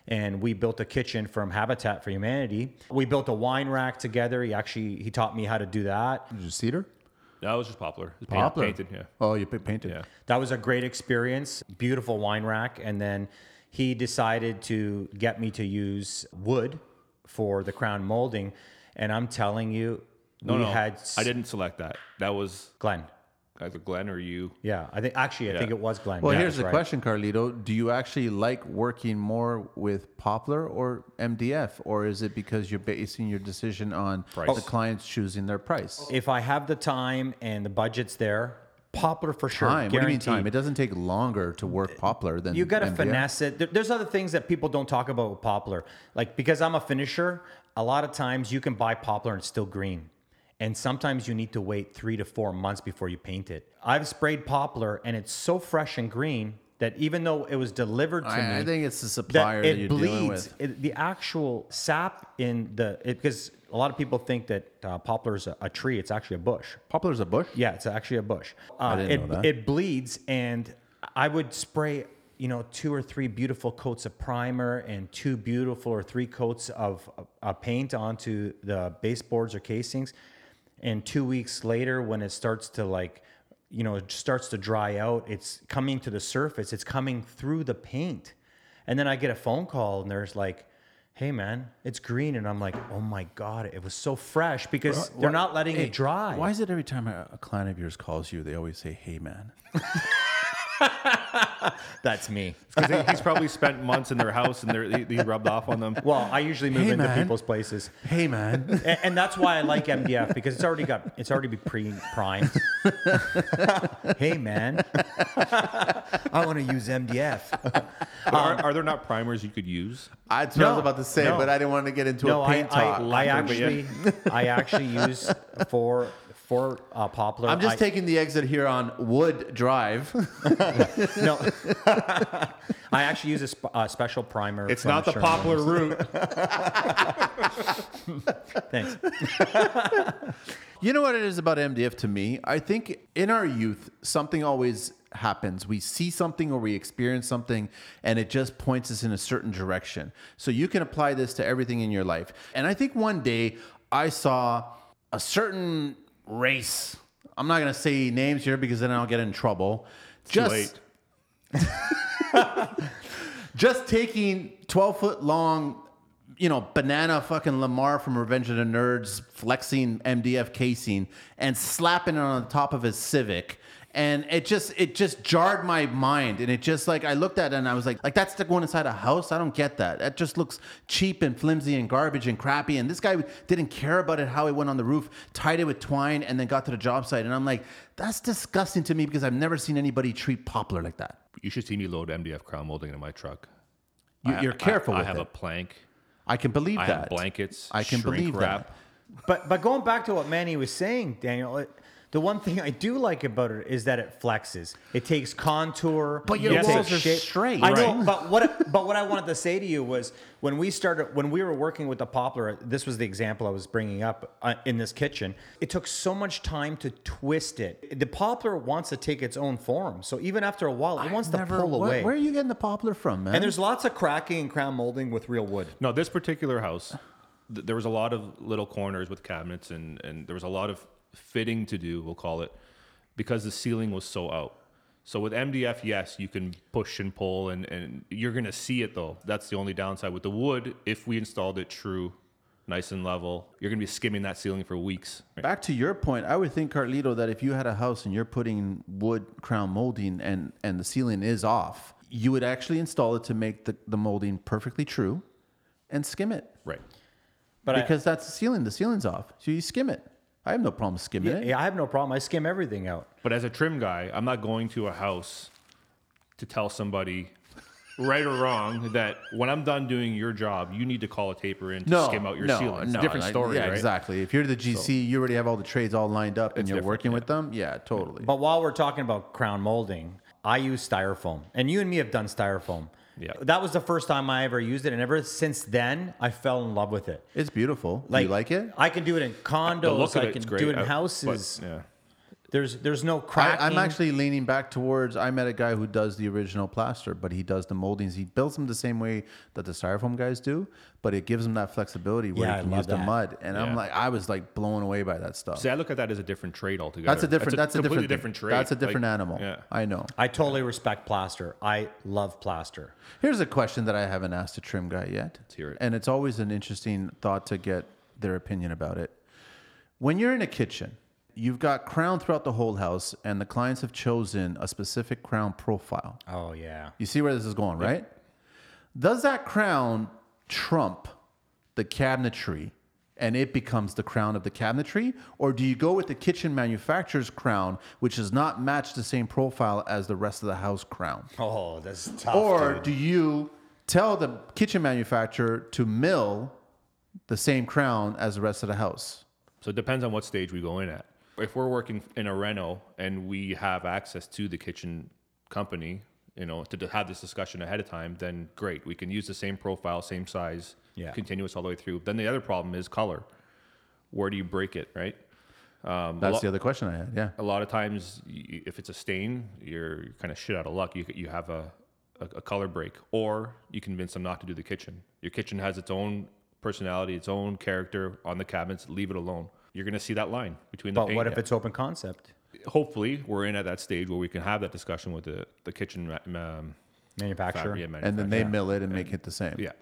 And we built a kitchen from Habitat for Humanity. We built a wine rack together. He actually he taught me how to do that.
Did you cedar?
that was just poplar. It's paint-
Poplar.
painted. Yeah.
Oh, you pa- painted. Yeah.
That was a great experience. Beautiful wine rack. And then he decided to get me to use wood for the crown molding. And I'm telling you,
No,
we
no.
had
I didn't select that. That was
Glenn.
either Glenn or you.
Yeah, I think actually I think
Yeah.
it was Glenn.
Well,
Yeah,
here's
that's
the
right.
question, Carlito. Do you actually like working more with poplar or MDF, or is it because you're basing your decision on the clients choosing their price?
If I have the time and the budget's there, poplar for sure.
Time. What do you mean
guaranteed.
time? It doesn't take longer to work poplar than
You got to
MDF.
finesse it. There- There's other things that people don't talk about with poplar, like because I'm a finisher. A lot of times you can buy poplar and it's still green, and sometimes you need to wait three to four months before you paint it. I've sprayed poplar and it's so fresh and green that even though it was delivered to me,
I, I think it's the supplier
that
that,
it
you're dealing
bleeds
with.
it, the actual sap in the because a lot of people think that uh, poplar is a, a tree it's actually a bush
Poplar's a bush.
yeah it's actually a bush uh,
didn't
it,
know that.
it bleeds and i would spray you know two or three beautiful coats of primer and two beautiful or three coats of uh, uh, paint onto the baseboards or casings and two weeks later when it starts to like you know it starts to dry out it's coming to the surface it's coming through the paint and then I get a phone call and there's like, hey man, it's green. And I'm like, oh my God, it was so fresh because they're not letting
Hey,
it dry.
Why is it every time a, a client of yours calls you, they always say, "Hey, man"?
That's me.
Because he's probably spent months in their house and they're, he, he rubbed off on them.
Well, I usually move
Hey,
into
man.
people's places.
Hey, man.
And, and that's why I like MDF because it's already got, it's already pre primed. hey man, I want to use MDF.
But are, are there not primers you could use?
I, that's
No, no.
didn't want to get into
No, I, I, I
Lacquer, but yeah.
actually, I actually use for, for uh, poplar.
I'm just
I-
taking the exit here on Wood Drive.
No, I actually use a, sp- a special primer.
It's
from
not the
Sherman
poplar
Williams.
root.
Thanks.
You know what it is about MDF to me? I think in our youth, something always happens. We see something or we experience something, and it just points us in a certain direction. So you can apply this to everything in your life. And I think one day I saw a certain race. I'm not going to say names here because then I'll get in trouble. just
late.
just taking 12 foot long you know banana fucking lamar from revenge of the nerds flexing mdf casing and slapping it on the top of his civic and it just it just jarred my mind and it just like i looked at it and i was like like that's the one inside a house i don't get that that just looks cheap and flimsy and garbage and crappy and this guy didn't care about it how it went on the roof tied it with twine and then got to the job site and i'm like that's disgusting to me because i've never seen anybody treat poplar like that
You should see me load MDF crown molding in my truck.
you,
I-
you're
I-
careful
I,
with
have
it.
a plank.
I can believe
I
that.
have blankets.
I can
shrink
believe
wrap.
that.
But but going back to what Manny was saying, Daniel, it, The one thing I do like about it is that it flexes. It takes contour.
But your
it
walls
takes
are straight.
I know,
Right.
but what but what I wanted to say to you was when we started when we were working with the poplar. This was the example I was bringing up uh, in this kitchen. It took so much time to twist it. The poplar wants to take its own form, so even after a while, it wants to
Never-
pull
where-
away.
Where are you getting the poplar from, man?
and there's lots of cracking and crown molding with real wood.
No, this particular house, th- there was a lot of little corners with cabinets, and and there was a lot of fitting to do. We'll call it because the ceiling was so out. So with MDF, yes, you can push and pull, and and you're gonna see it though. That's the only downside with the wood. If we installed it true, nice and level, you're gonna be skimming that ceiling for weeks.
Back to your point, I would think Carlito that if you had a house and you're putting wood crown molding and and the ceiling is off, you would actually install it to make the, the molding perfectly true, and skim it
Right.
But I-
because that's the ceiling. The ceiling's off, so you skim it. I have no problem skimming it.
yeah, I have no problem. I skim everything out.
But as a trim guy, I'm not going to a house to tell somebody. right or wrong, that when I'm done doing your job, you need to call a taper in to
No,
skim out your
no,
ceiling. It's
no,
a different
like,
story,
yeah,
right?
exactly. If you're the GC, you already have all the trades all lined up and
It's
you're
different,
working with them. Yeah, totally.
But while we're talking about crown molding, I use styrofoam, and you and me have done styrofoam.
Yeah.
that was the first time I ever used it, and ever since then, I fell in love with it.
It's beautiful. you like it?
I can do it in
The look
condos.
of
I
it's
can
great,
do it in
I- but,
houses.
yeah.
There's there's no cracking.
I, I'm actually leaning back towards. I met a guy who does the original plaster, but he does the moldings. He builds them the same way that the styrofoam guys do, but it gives him that flexibility where
Yeah, I
he can
love
use the
that.
mud. And I'm
Yeah.
like, I was like blown away by that stuff.
See, I look at that as a different trade altogether.
That's a different. That's a,
completely
different. thing.
different trade.
That's a different
Like,
animal.
Yeah.
I know.
I totally respect plaster. I love plaster.
Here's a question that I haven't asked a trim guy yet. Let's
hear it.
And it's always an interesting thought to get their opinion about it. When you're in a kitchen, you've got crown throughout the whole house, and the clients have chosen a specific crown profile.
Oh yeah.
You see where this is going, right? Does that crown trump the cabinetry and it becomes the crown of the cabinetry? Or do you go with the kitchen manufacturer's crown, which does not match the same profile as the rest of the house crown?
Oh, that's tough.
or
dude.
do you tell the kitchen manufacturer to mill the same crown as the rest of the house?
So it depends on what stage we go in at. If we're working in a reno and we have access to the kitchen company, you know, to d- have this discussion ahead of time, then great. We can use the same profile, same size,
Yeah.
continuous all the way through. Then the other problem is color. Where do you break it, right?
That's
Um, lo-
the other question I had. Yeah.
a lot of times y- if it's a stain you're kind of shit out of luck you, you have a, a, a color break or you convince them not to do the kitchen your kitchen has its own personality its own character on the cabinets leave it alone you're going to see that line between the
but
paint.
what if it's open concept
hopefully we're in at that stage where we can have that discussion with the, the kitchen ma- um,
manufacturer?
factory
And then they
manufacturer.
mill it and make it the same.
yeah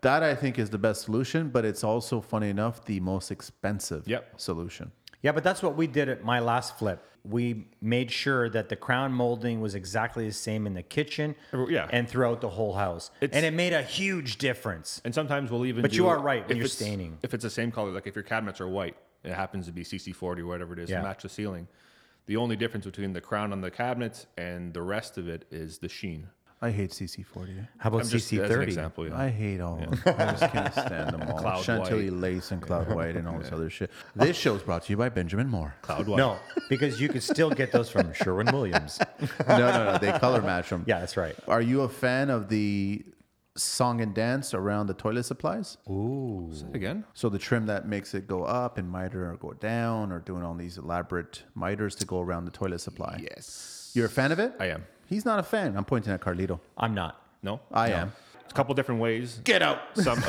That I think is the best solution, but it's also funny enough the most expensive
Yep.
solution.
Yeah, but that's what we did at my last flip. We made sure that the crown molding was exactly the same in the kitchen
Every- yeah.
and throughout the whole house.
It's-
and it made a huge difference.
and sometimes we'll even
But
do-
you are right when
if
you're
it's-
staining.
if it's the same color like if your cabinets are white it happens to be cc40 or whatever it is
Yeah.
to match the ceiling the only difference between the crown on the cabinets and the rest of it is the sheen
I hate CC40.
How about
i'm just as an
CC30?
example yeah.
I hate all of them. I just can't stand them all.
Cloud
Chantilly
White.
lace and cloud white and all this other shit. This show's brought to you by Benjamin Moore.
cloud white
No, because you could still get those from Sherwin Williams.
no, no, no. They color match them.
Yeah, that's right.
Are you a fan of the song and dance around the toilet supplies?
again
So the trim that makes it go up and miter or go down or doing all these elaborate miters to go around the toilet supply.
yes
You're a fan of it?
i am
He's not a fan. I'm pointing at Carlito.
I'm not.
no
I am.
it's a couple different ways
Get out.
some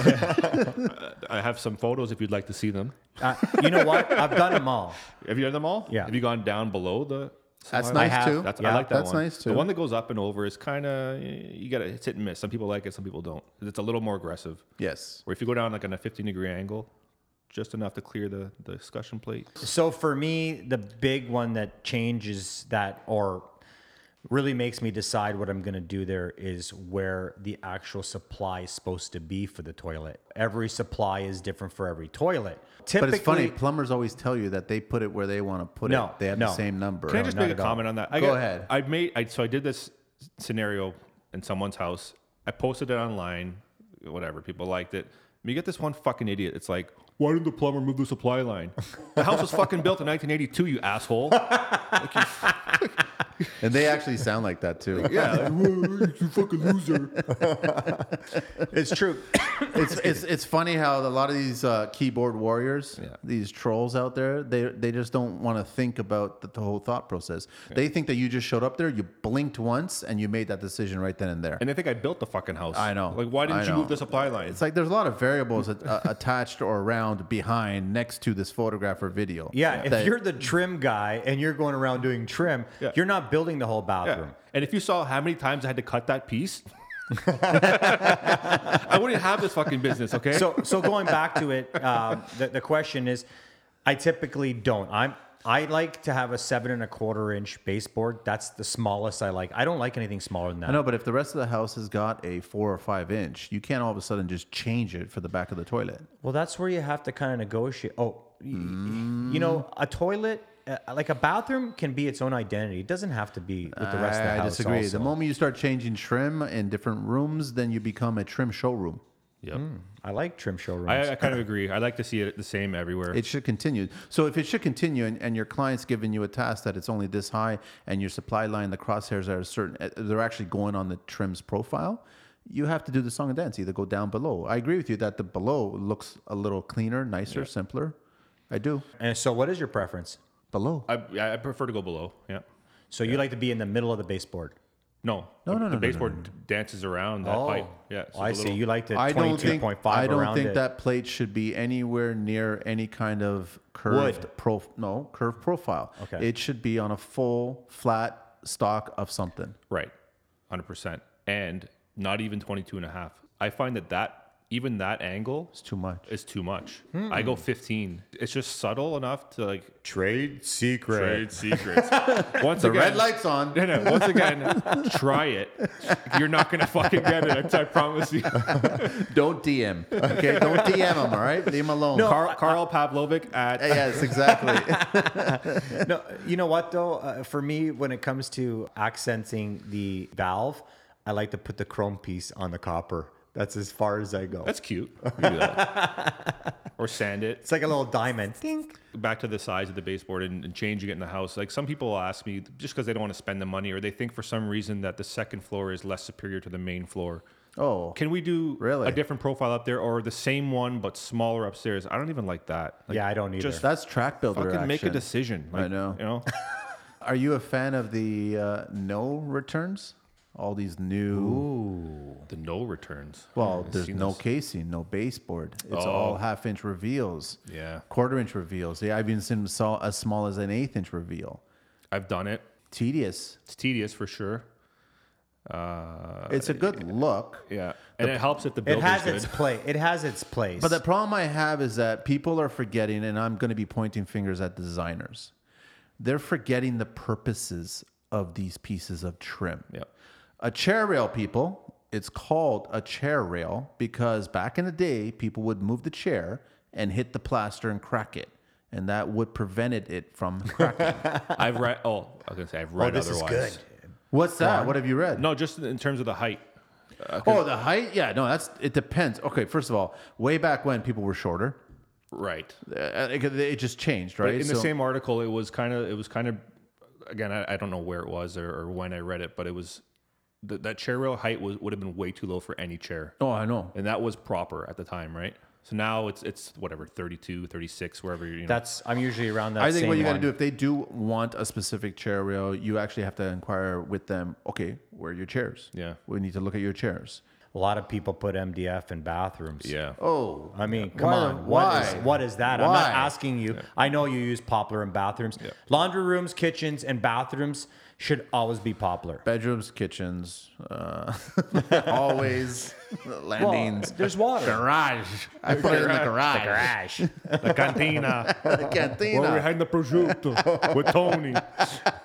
i have some photos if you'd like to see them
Uh, you know what? I've done them all.
have you done them all
Yeah.
have you gone down below the
That's
Somewhere?
nice
have.
too.
That's
Yeah,
I like that
that's
one.
nice, too.
The one that goes up and over is kind of you got to it's hit and miss. Some people like it, some people don't. It's a little more aggressive.
yes.
Where if you go down like on a 15 degree angle, just enough to clear the, the discussion plate.
So for me, the big one that changes that or really makes me decide what I'm going to do there is where the actual supply is supposed to be for the toilet. Every supply is different for every toilet.
But
Typically,
it's funny, plumbers always tell you that they put it where they want to put
No,
it. They have
no.
the same number.
Can I just
not
make a
at all.
comment on that? I
Go ahead.
I made I, so I did this scenario in someone's house. I posted it online, whatever. People liked it. You get this one fucking idiot. It's like, Why didn't the plumber move the supply line? The house was fucking built in 1982, you asshole.
And they actually sound like that too.
Yeah, you fucking loser.
It's true.
It's it's, it's funny how a lot of these uh, keyboard warriors, these trolls out there, they they just don't want to think about the, the whole thought process. They think that you just showed up there, you blinked once, and you made that decision right then and there.
And I think I built the fucking house.
I know.
Like, why didn't
I
you
know.
move the supply line?
It's like there's a lot of variables at, uh, attached or around, behind, next to this photograph or video.
Yeah, if
That-
you're the trim guy and you're going around doing trim,
Yeah.
you're not building the whole
Yeah.
bathroom.
And if you saw how many times I had to cut that piece, I wouldn't have this fucking business, okay?
So, so going back to it, um, the, the question is, I typically don't. I'm I like to have a seven and a quarter inch baseboard. That's the smallest I like. I don't like anything smaller than that.
I know, but if the rest of the house has got a four or five inch, you can't all of a sudden just change it for the back of the toilet.
Well, that's where you have to kind of negotiate. Oh, y- you know, a toilet, uh, like a bathroom, can be its own identity. It doesn't have to be with the rest of the
I
house.
disagree.
also.
The moment you start changing trim in different rooms, then you become a trim showroom.
Yep.
I like trim showrooms.
I, I kind of agree. I like to see it the same everywhere.
It should continue. So if it should continue, and, and your client's giving you a task that it's only this high, and your supply line, the crosshairs are a certain, uh, they're actually going on the trim's profile. You have to do the song and dance. Either go down below. I agree with you that the below looks a little cleaner, nicer, simpler. I do
and so, what is your preference?
below.
I, I I prefer to go below. Yeah.
So you like to be in the middle of the baseboard?
No. the,
No, no, no,
The
no,
baseboard dances around that pipe. Yeah. so
Oh, I
the
see.
little-
You like the
I don't
twenty-two
think
point
I
five
don't
around
think
it.
that plate should be anywhere near any kind of curved
Wood.
prof no curved profile.
Okay.
It should be on a full flat stock of something.
Right. 100%. And not even 22 and a half. I find that that, even that angle
It's too much.
is too much. I go 15. It's just subtle enough to like
Trade secret.
trade secrets. Once
The
again,
red light's on.
No, no. Once again, try it. You're not gonna fucking get it. I, I promise you.
Don't DM. Okay, don't DM him. All right, leave him alone.
Carl, Carl Pavlovic at
yes, exactly.
no, you know what though? Uh, for me, when it comes to accenting the valve, I like to put the chrome piece on the copper. That's as far as I go.
that's cute. You can do that. or sand it
it's like a little diamond.
back to the size of the baseboard and, and changing it in the house. Like some people will ask me just because they don't want to spend the money or they think for some reason that the second floor is less superior to the main floor.
Oh,
Can we do
Really?
a different profile up there or the same one but smaller upstairs? I don't even like that. Like,
Yeah, I don't either.
Just
that's track builder.
fucking make a
action.
decision. Like,
I know.
You know.
Are you a fan of the uh, no returns? All these new.
The no returns.
Well,
I've
there's
seen
no
this.
casing, no baseboard. It's all half inch reveals.
Oh. Yeah.
Quarter inch reveals. Yeah, I've even seen them saw as small as an eighth inch reveal.
I've done it.
Tedious.
It's tedious for sure. Uh,
It's a good look.
yeah, and it helps if the
It
builder's
has
good.
its play. It has its place.
But the problem I have is that people are forgetting, and I'm going to be pointing fingers at designers. They're forgetting the purposes of these pieces of trim.
Yep.
A chair rail, people, it's called a chair rail because back in the day, people would move the chair and hit the plaster and crack it. And that would prevented it from cracking.
I've read. Oh, I was gonna say I've read
this is
otherwise.
good.
What's that? What have you read?
No, just in terms of the height.
Oh, the height? Yeah, no, that's it depends. Okay, first of all, way back when people were shorter,
Right.
uh, it, it just changed, right?
in the
So-
same article, it was kind of. It was kind of. Again, I, I don't know where it was or, or when I read it, but it was th- that chair rail height was would have been way too low for any chair,
Oh, I know.
and that was proper at the time, right? So now it's it's whatever 32, 36, wherever you know.
That's I'm usually around that.
I think what
same
you got to
one.
do if they do want a specific chair rail, you actually have to inquire with them. Okay, where are your chairs?
Yeah.
we need to look at your chairs.
A lot of people put MDF in bathrooms.
yeah.
Oh,
I mean, come
Why-
on. What is
why?
what is that? I'm not
Why?
asking you. I know you use poplar in bathrooms. Laundry rooms, kitchens, and bathrooms should always be poplar.
bedrooms, kitchens, uh, always landings,
There's water.
garage. I put it in the garage,
Garage.
The cantina.
the cantina.
We're behind the prosciutto with Tony.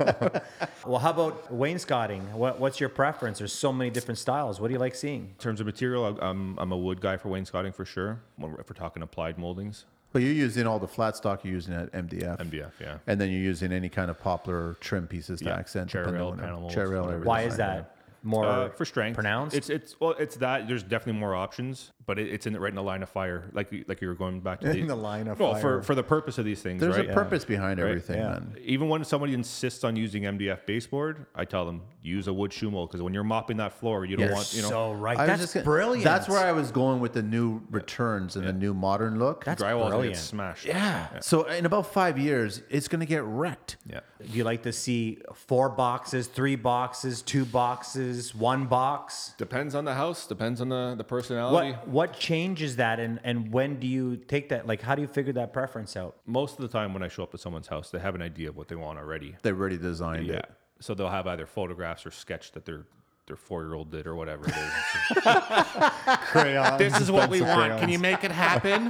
well, how about wainscoting? What, what's your preference? There's so many different styles. What do you like seeing?
In terms of material, I- I'm, I'm a wood guy for wainscoting for sure. When we're- If we're talking applied moldings,
but you're using all the flat stock. You're using at MDF.
MDF, yeah.
And then you're using any kind of poplar trim pieces to
Yeah,
accent the
chair rail,
pendulum,
panel molds,
chair rail.
whatever.
everything
Why is
like
that? more
Uh, for strength,
pronounced?
It's it's well, it's that. There's definitely more options, but it, it's in the, right in the line of fire. Like you- like you were going back to
In the line of
well,
fire.
for for the purpose of these things,
There's
right?
a purpose behind everything,
Yeah.
man.
Even when somebody insists on using MDF baseboard, I tell them use a wood shumel because when you're mopping that floor, you don't
You're
want you know.
so right.
I was
That's
just gonna-
brilliant.
That's where I was going with the new returns and the new modern look.
That's
drywall's gonna
brilliant.
get smashed.
yeah. So in about five years, it's gonna get wrecked.
yeah.
Do you like to see four boxes, three boxes, two boxes, one box?
Depends on the house. Depends on the the personality.
What what changes that, and and when do you take that? Like, how do you figure that preference out?
Most of the time, when I show up at someone's house, they have an idea of what they want already.
They already designed
Yeah.
it.
So they'll have either photographs or sketch that their their four year old did or whatever. It is.
Crayons,
this is what we
expensive
want. Can
crayons.
you make it happen?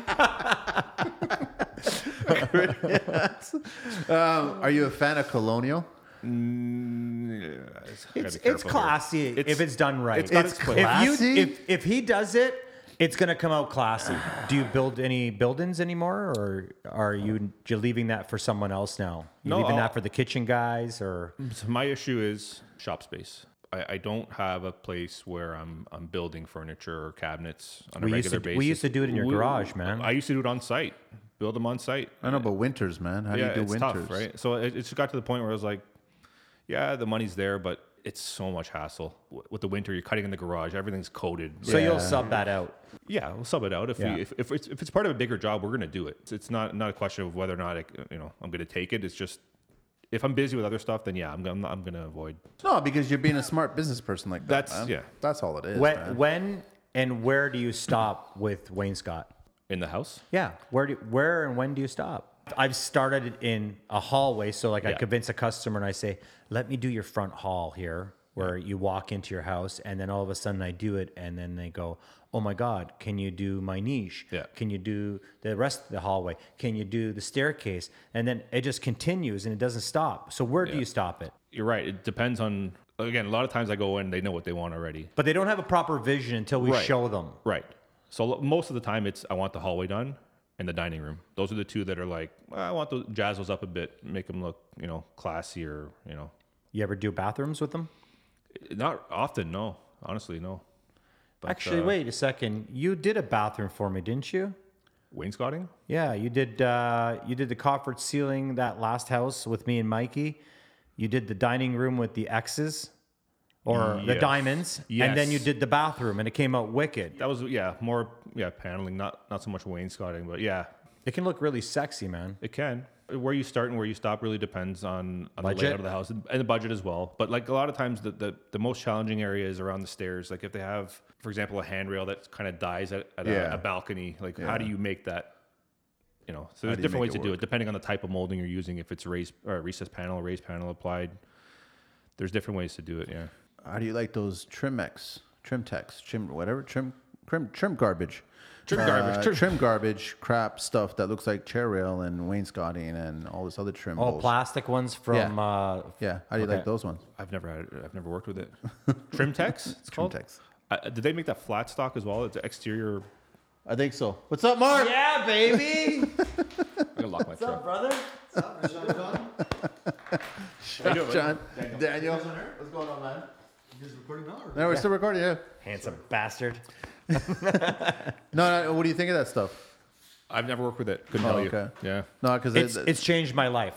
Um, are you a fan of Colonial?
It's it's classy if it's done right.
it's got It's its place.
If, you,
classy?
if if he does it, it's gonna come out classy. Do you build any buildings anymore, or are you you leaving that for someone else now? You
No,
leaving
I'll-
that for the kitchen guys, or
So my issue is shop space. I, I don't have a place where I'm I'm building furniture or cabinets on
We
a
used to-
regular basis.
we used to do it in your garage, man.
I used to do it on site. Build them on site.
I know, but winters, man. How do you
yeah,
do
it's
winters?
tough, right? So it, it just got to the point where I was like, yeah, the money's there, but it's so much hassle W- with the winter. You're cutting in the garage. Everything's coated.
so you'll sub that out.
Yeah, we'll sub it out if
Yeah.
we if, if it's if it's part of a bigger job, we're gonna do it. It's, it's not not a question of whether or not I, c- you know I'm gonna take it. It's just if I'm busy with other stuff, then yeah, I'm gonna I'm gonna avoid.
No, because you're being a smart business person like that.
That's-
man.
yeah.
That's all it is.
When
man.
when and where do you stop with Wayne Scott?
In the house,
Yeah. Where do where and when do you stop? I've started it in a hallway, so like I
Yeah.
convince a customer and I say, "Let me do your front hall here, where you walk into your house," and then all of a sudden I do it, and then they go, "Oh my God, can you do my niche?
Yeah.
Can you do the rest of the hallway? Can you do the staircase?" And then it just continues and it doesn't stop. So where do
Yeah.
you stop it?
you're right. It depends on again. A lot of times I go in, they know what they want already.
But they don't have a proper vision until we
Right.
show them.
Right. So lo- most of the time, it's I want the hallway done and the dining room. Those are the two that are like "Well, I want the jazz those up a bit, make them look you know classier. You know,
You ever do bathrooms with them?
not often. No, honestly, no. But,
Actually,
uh,
wait a second. You did a bathroom for me, didn't you?
Wainscoting?
Yeah, you did. Uh, you did the Coffered ceiling that last house with me and Mikey. You did the dining room with the X's or the
Yes.
diamonds, and then you
Yes.
did the bathroom, and it came out wicked.
That was yeah, more yeah, paneling, not not so much wainscoting, but yeah,
It can look really sexy, man.
it can. Where you start and where you stop really depends on, on the
Budget.
layout of the house and and the budget as well. But like a lot of times, the, the, the most challenging area is around the stairs. Like if they have, for example, a handrail that kind of dies at, at
Yeah.
a, a balcony, like how do you make that? You know, so there's
do you
different
make
ways
it
to do
work?
it depending on the type of molding you're using. If it's raised or recessed panel, raised panel applied, there's different ways to do it. Yeah.
How do you like those Trimex, Trimtex, Trim whatever, Trim Trim Trim garbage, Uh,
Trim garbage,
trim.
trim-
garbage, crap stuff that looks like chair rail and wainscoting and all this other trim.
Oh,
bullsh-
plastic ones from.
Yeah.
Uh,
Yeah, how do you like
Okay.
those ones?
I've never had it. I've never worked with it. Trimtex? It's called?
Trimtex.
Uh, did they make that flat stock as well? It's exterior.
I think so. What's up, Mark?
yeah, baby.
I'm gonna lock my truck.
brother.
John, Daniel. what's going on, man? No, we're still recording. Yeah.
Handsome bastard.
No, no, what do you think of that stuff?
I've never worked with it. Couldn't
Oh,
tell
okay.
you. Yeah.
No, because
It's it's changed my life.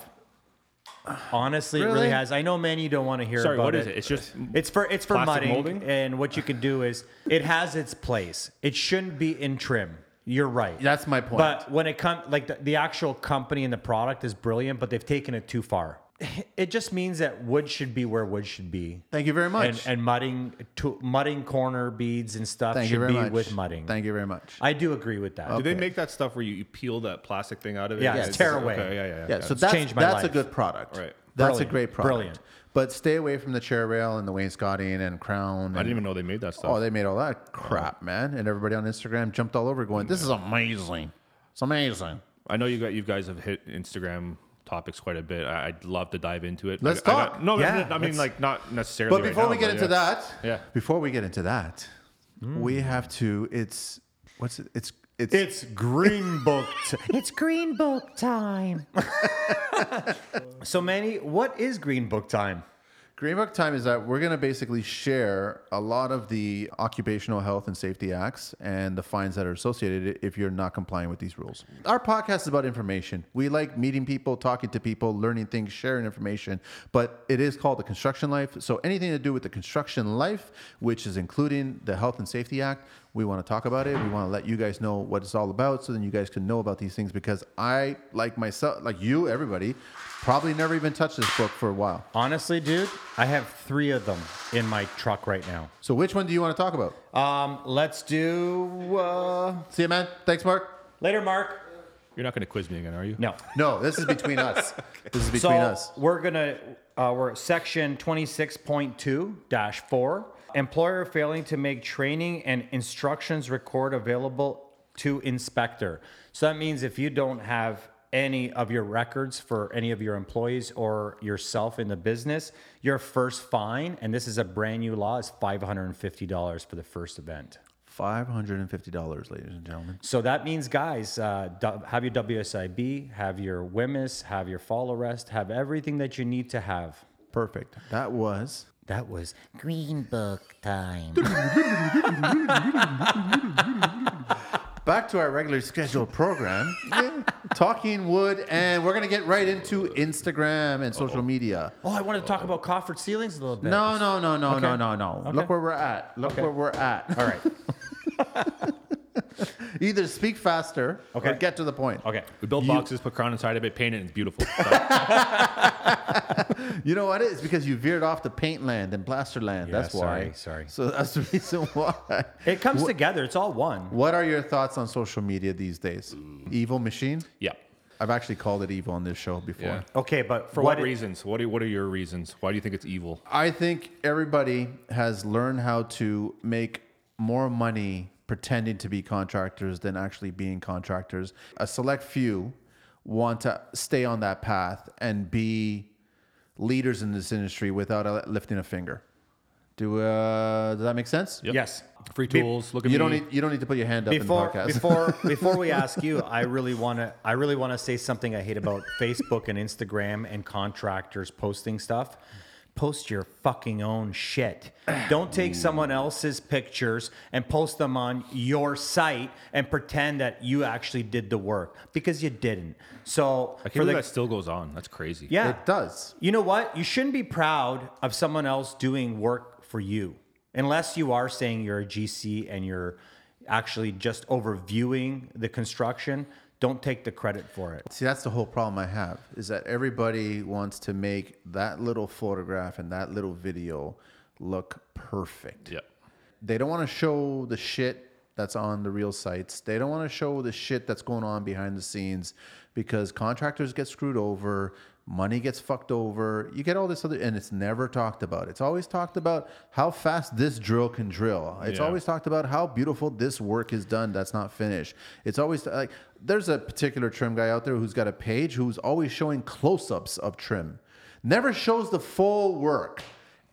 Honestly, it really
Really?
has. I know many don't want to hear
Sorry.
about
What is it? It's just.
It's for it's for
Plastic
mudding,
molding?
and what you can do is it has its place. It shouldn't be in trim. You're right.
that's my point.
But when it comes, like the, the actual company and the product is brilliant, but they've taken it too far. It just means that wood should be where wood should be,
Thank you very much.
and and mudding to, mudding corner beads and stuff
Thank
should
you very
be
much.
with mudding.
Thank you very much.
I do agree with that.
Do they make that stuff where you, you peel that plastic thing out of it?
Yeah, it's tear away.
Okay, yeah, yeah, yeah.
yeah,
got
so
it.
that's
changed my
that's a
life.
good product.
Right.
That's a
Brilliant.
great product.
Brilliant.
But stay away from the chair rail and the wainscoting and crown. And,
I didn't even know they made that stuff.
oh, they made all that crap, man! And everybody on Instagram jumped all over, going, "This is amazing! It's amazing."
I know you got you guys have hit Instagram topics quite a bit. I, I'd love to dive into it.
Let's
I got-
talk.
no,
Yeah,
no, no, I mean
let's-
like not necessarily.
But before we get into that,
Yeah.
Before we get into that,
Mm.
we have to. It's what's it? It's it's
It's green book. T- it's green book time. so Manny, what is green book time?
Greenbook time is that we're going to basically share a lot of the occupational health and safety acts and the fines that are associated if you're not complying with these rules. Our podcast is about information. We like meeting people, talking to people, learning things, sharing information, but it is called the construction life. So anything to do with the construction life, which is including the Health and Safety Act, we want to talk about it. We want to let you guys know what it's all about so then you guys can know about these things because I, like myself, like you, everybody, probably never even touched this book for a while.
Honestly, dude, I have three of them in my truck right now.
So which one do you want to talk about?
Um, let's do uh,
See you, man. Thanks, Mark.
later, Mark.
You're not going to quiz me again, are you?
No.
No, this is between us. This is between
So
us.
we're gonna uh, we're at section twenty six point two dash four. Employer failing to make training and instructions record available to inspector. So that means if you don't have any of your records for any of your employees or yourself in the business, your first fine, and this is a brand new law, is five hundred and fifty dollars for the first event.
Five hundred and fifty dollars, ladies and gentlemen.
So that means, guys, uh, du- have your WSIB, have your WMIS, have your fall arrest, have everything that you need to have.
Perfect. That was
That was
Green Book time.
back to our regular scheduled program. Yeah. Talking wood, and we're gonna get right into Instagram and social media.
Oh, I wanted to talk about Coffered ceilings a little bit.
No, no, no, no, no,
Okay.
no, no. Look
Okay.
where we're at. Look where we're at. All right. Either speak faster or
Okay.
get to the point.
Okay.
We build boxes, put crown inside of it, paint it, and it's beautiful. So,
You know what? It's because you veered off to paint land and plaster land.
Yeah,
that's
sorry,
why.
sorry.
So that's the reason why.
It comes together. It's all one.
What are your thoughts on social media these days?
Mm.
Evil machine?
yeah.
I've actually called it evil on this show before.
Yeah.
Okay, but for
For what,
what, it-
reasons? What are, what are your reasons? Why do you think it's evil?
I think everybody has learned how to make more money pretending to be contractors than actually being contractors. A select few want to stay on that path and be leaders in this industry without uh, lifting a finger. Do uh, does that make sense?
Yep.
Yes.
Free tools. look at
You
me.
don't need you don't need to put your hand up
Before
in the podcast.
before before we ask you, I really want to I really want to say something I hate about Facebook and Instagram and contractors posting stuff. Post your fucking own shit. Don't take someone else's pictures and post them on your site and pretend that you actually did the work because you didn't. So
I can't believe that still goes on. That's crazy.
yeah,
It does.
You know what? You shouldn't be proud of someone else doing work for you, unless you are saying you're a GC and you're actually just overviewing the construction. Don't take the credit for it.
See, that's the whole problem I have is that everybody wants to make that little photograph and that little video look perfect.
Yeah.
They don't want to show the shit that's on the real sites. They don't want to show the shit that's going on behind the scenes because contractors get screwed over, money gets fucked over. You get all this other and it's never talked about. It's always talked about how fast this drill can drill. It's
Yeah.
always always talked about how beautiful this work is done that's not finished. It's always like there's a particular trim guy out there who's got a page who's always showing close ups of trim, never shows the full work.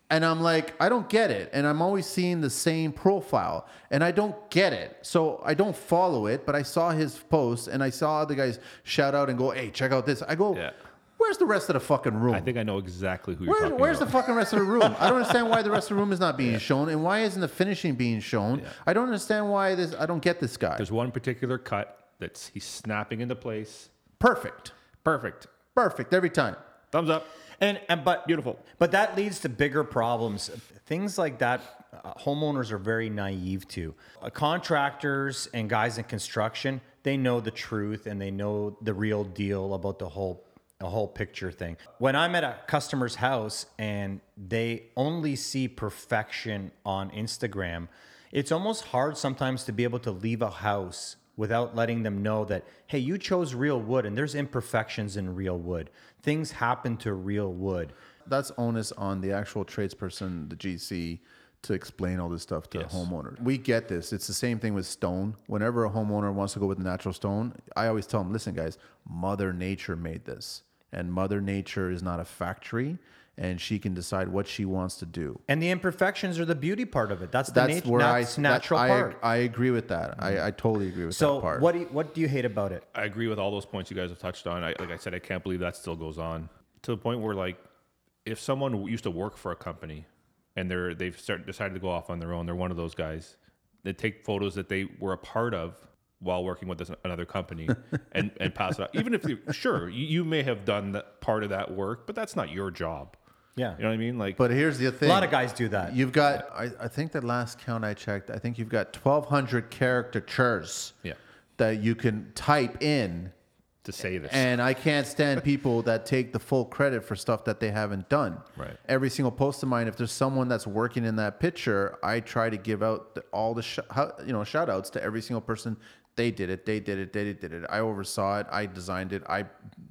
And I'm like, I don't get it. And I'm always seeing the same profile and I don't get it. So I don't follow it, but I saw his post and I saw the guys shout out and go, hey, check out this. I go,
Yeah.
where's the rest of the fucking room?
I think I know exactly who you're
Where,
talking
where's the
about.
fucking rest of the room? I don't understand why the rest of the room is not being shown, and why isn't the finishing being shown? I don't understand why this. I don't get this guy.
There's one particular cut that's he's snapping into place.
perfect,
Perfect.
perfect every time.
Thumbs up.
And and but
Beautiful.
But that leads to bigger problems. Things like that, uh, homeowners are very naive to. Uh, contractors and guys in construction, they know the truth and they know the real deal about the whole the whole picture thing. When I'm at a customer's house and they only see perfection on Instagram, it's almost hard sometimes to be able to leave a house without letting them know that hey you chose real wood and there's imperfections in real wood things happen to real wood
That's onus on the actual tradesperson, the GC, to explain all this stuff to homeowners. We get this. It's the same thing with stone. Whenever a homeowner wants to go with natural stone, I always tell them, listen, guys, Mother Nature made this, and Mother Nature is not a factory, and she can decide what she wants to do.
And the imperfections are the beauty part of it. That's the
that's
nat-
where
that's
I that-
natural
I,
part.
I agree with that. I, I totally agree with
so
that part.
what do you, what do you hate about it?
I agree with all those points you guys have touched on. I, like I said, I can't believe that still goes on to the point where like if someone used to work for a company and they're they've start, decided to go off on their own, they're one of those guys that take photos that they were a part of while working with this, another company and, and pass it out. Even if you, sure, you, you may have done that part of that work, but that's not your job.
Yeah.
You know what I mean? Like,
But here's the thing.
A lot of guys do that.
You've got, I, I think the last count I checked, I think you've got 1,200 caricatures
Yeah.
that you can type in.
to say this.
And I can't stand people that take the full credit for stuff that they haven't done.
Right.
Every single post of mine, if there's someone that's working in that picture, I try to give out the, all the sh- how, you know shout outs to every single person. They did it. They did it. They did it. I oversaw it. I designed it. I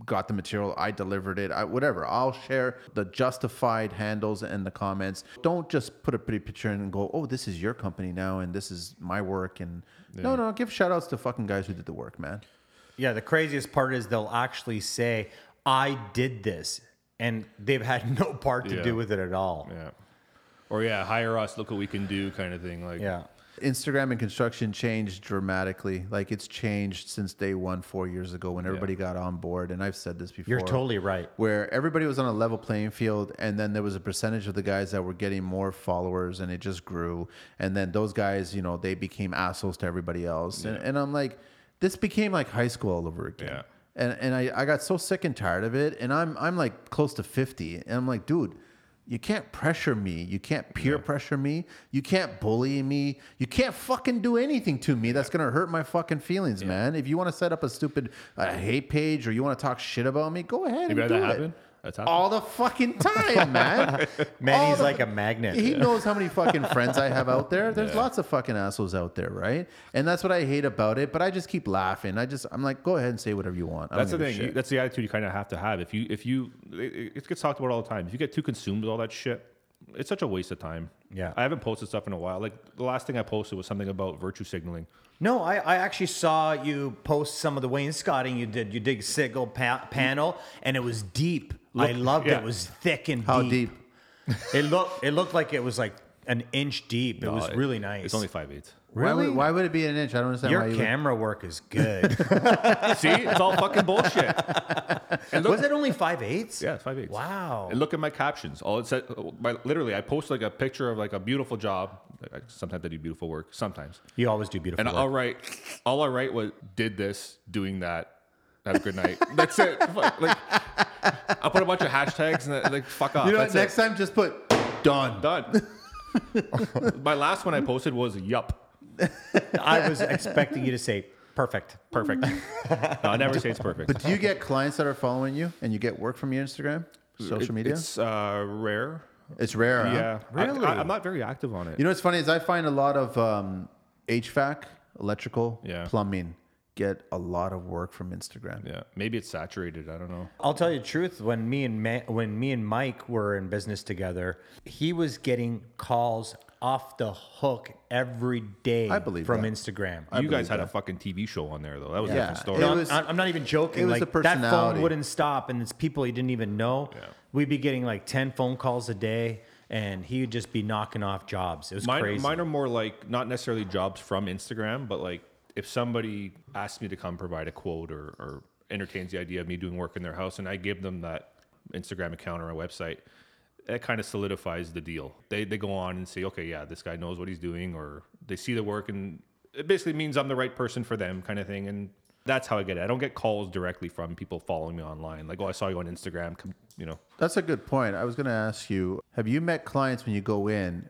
got the material. I delivered it. I whatever. I'll share the justified handles and the comments. Don't just put a pretty picture in and go, "Oh, this is your company now, and this is my work." And no, no, give shout outs to fucking guys who did the work, man.
Yeah, the craziest part is they'll actually say, I did this. And they've had no part to
Yeah.
do with it at all. Yeah.
yeah. Or yeah, hire us, look what we can do kind of thing. Like,
Instagram and construction changed dramatically. Like it's changed since day one, four years ago, when everybody got on board. And I've said this before.
You're totally right.
Where everybody was on a level playing field, and then there was a percentage of the guys that were getting more followers, and it just grew. And then those guys, you know, they became assholes to everybody else. And, and I'm like, this became like high school all over again.
Yeah.
And and I, I got so sick and tired of it. And I'm I'm like close to fifty, and I'm like, dude. You can't pressure me. You can't peer pressure me. You can't bully me. You can't fucking do anything to me that's gonna hurt my fucking feelings, man. If you want to set up a stupid uh, hate page or you want to talk shit about me, go
You've
ahead. and
had
do
that
it.
happen? That's happened?
all the fucking time, man.
Man,
All
he's
the-
like a magnet.
He knows how many fucking friends I have out there. There's lots of fucking assholes out there, right? And that's what I hate about it. But I just keep laughing. I just I'm like, go ahead and say whatever you want. I don't
That's the
give a
thing. You,
shit.
that's the attitude you kind of have to have. If you, if you, it, it gets talked about all the time. If you get too consumed with all that shit, it's such a waste of time.
Yeah.
I haven't posted stuff in a while. Like the last thing I posted was something about virtue signaling.
No, I, I actually saw you post some of the wainscoting you did. You did single pa- panel, and it was deep. I loved
yeah.
it. It was thick and
how
deep.
deep.
It looked it looked like it was like an inch deep. It was
Uh,
really nice.
It's only five eighths.
Why,
Really?
would, why would it be an inch? I don't understand why
Your
you would-
camera work is good.
See, it's all fucking bullshit.
was it only five eighths?
Yeah, it's five eights.
Wow.
And look at my captions. All it said, my, literally, I post like a picture of like a beautiful job. Like, I- sometimes I do beautiful work. Sometimes.
You always do beautiful.
And
work.
all right, all I write was did this, doing that. Have a good night. That's it. Fuck, Like, I put a bunch of hashtags and that, like fuck off.
You know what?
That's
Next
it.
time, just put done.
done. My last one I posted was yup.
I was expecting you to say perfect.
Perfect. No, I never say it's perfect.
But do you get clients that are following you and you get work from your Instagram, social
It-
media? It's,
It's uh, rare.
rare. huh?
Yeah. I-
Really?
I, am not very active on it.
You know what's funny is I find a lot of um, HVAC, electrical,
Yeah.
plumbing get a lot of work from Instagram.
yeah. Maybe it's saturated. I don't know.
I'll tell you the truth. When me and Ma- when me and Mike were in business together, he was getting calls off the hook every day.
I believe
from
that.
Instagram.
you guys had a fucking TV show on there though. That was
Yeah.
a different story.
It
I'm-
was-
I'm, I'm not even joking.
it was
like
the
that phone
personality.
wouldn't stop, and it's people he didn't even know.
Yeah.
We'd be getting like ten phone calls a day, and he would just be knocking off jobs. It was
Mine,
crazy.
mine are more like not necessarily jobs from Instagram, but like if somebody asks me to come provide a quote or, or entertains the idea of me doing work in their house and I give them that Instagram account or a website, that kind of solidifies the deal. They, they go on and say, okay, yeah, this guy knows what he's doing, or they see the work and it basically means I'm the right person for them kind of thing. And that's how I get it. I don't get calls directly from people following me online, like, oh, I saw you on Instagram, come, you know.
That's a good point. I was going to ask you have you met clients when you go in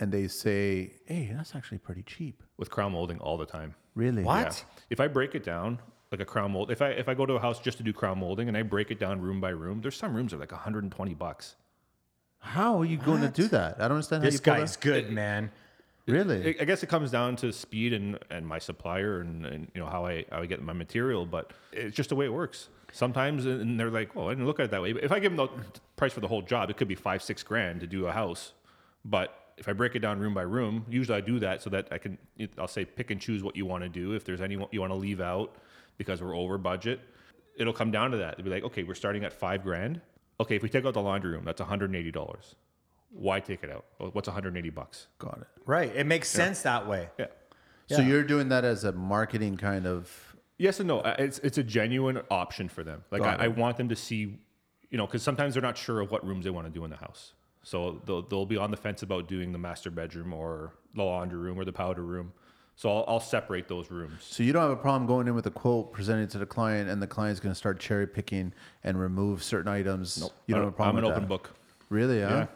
and they say, hey, that's actually pretty cheap?
With crown molding all the time.
Really?
Yeah.
what?
If I break it down, like a crown mold, if I if I go to a house just to do crown molding and I break it down room by room, there's some rooms that are like 120 bucks.
How are you going to do that? I don't understand
This
how you pull
guy's good, man.
that- Really?
I I guess it comes down to speed and and my supplier and, and you know how I how I get my material, but it's just the way it works. Sometimes and they're like, well, I didn't look at it that way. But if I give them the price for the whole job, it could be five six grand to do a house, but if I break it down room by room, usually I do that so that I can I'll say pick and choose what you want to do. If there's any you want to leave out because we're over budget, it'll come down to that. They'll be like, okay, we're starting at five grand. Okay, if we take out the laundry room, that's $180. Why take it out? Well, What's 180 bucks?
Got it.
Right? It makes sense that way.
Yeah.
So you're doing that as a marketing kind of.
Yes and no. Uh, It's it's a genuine option for them. Like I, I want them to see you know, because sometimes they're not sure of what rooms they want to do in the house. So they'll, they'll be on the fence about doing the master bedroom or the laundry room or the powder room. So I'll, I'll separate those rooms.
So you don't have a problem going in with a quote presented to the client, and the client's going to start cherry picking and remove certain items. You don't
I-
have a problem.
I'm
with
an open
that.
book.
Really? Huh?
Yeah.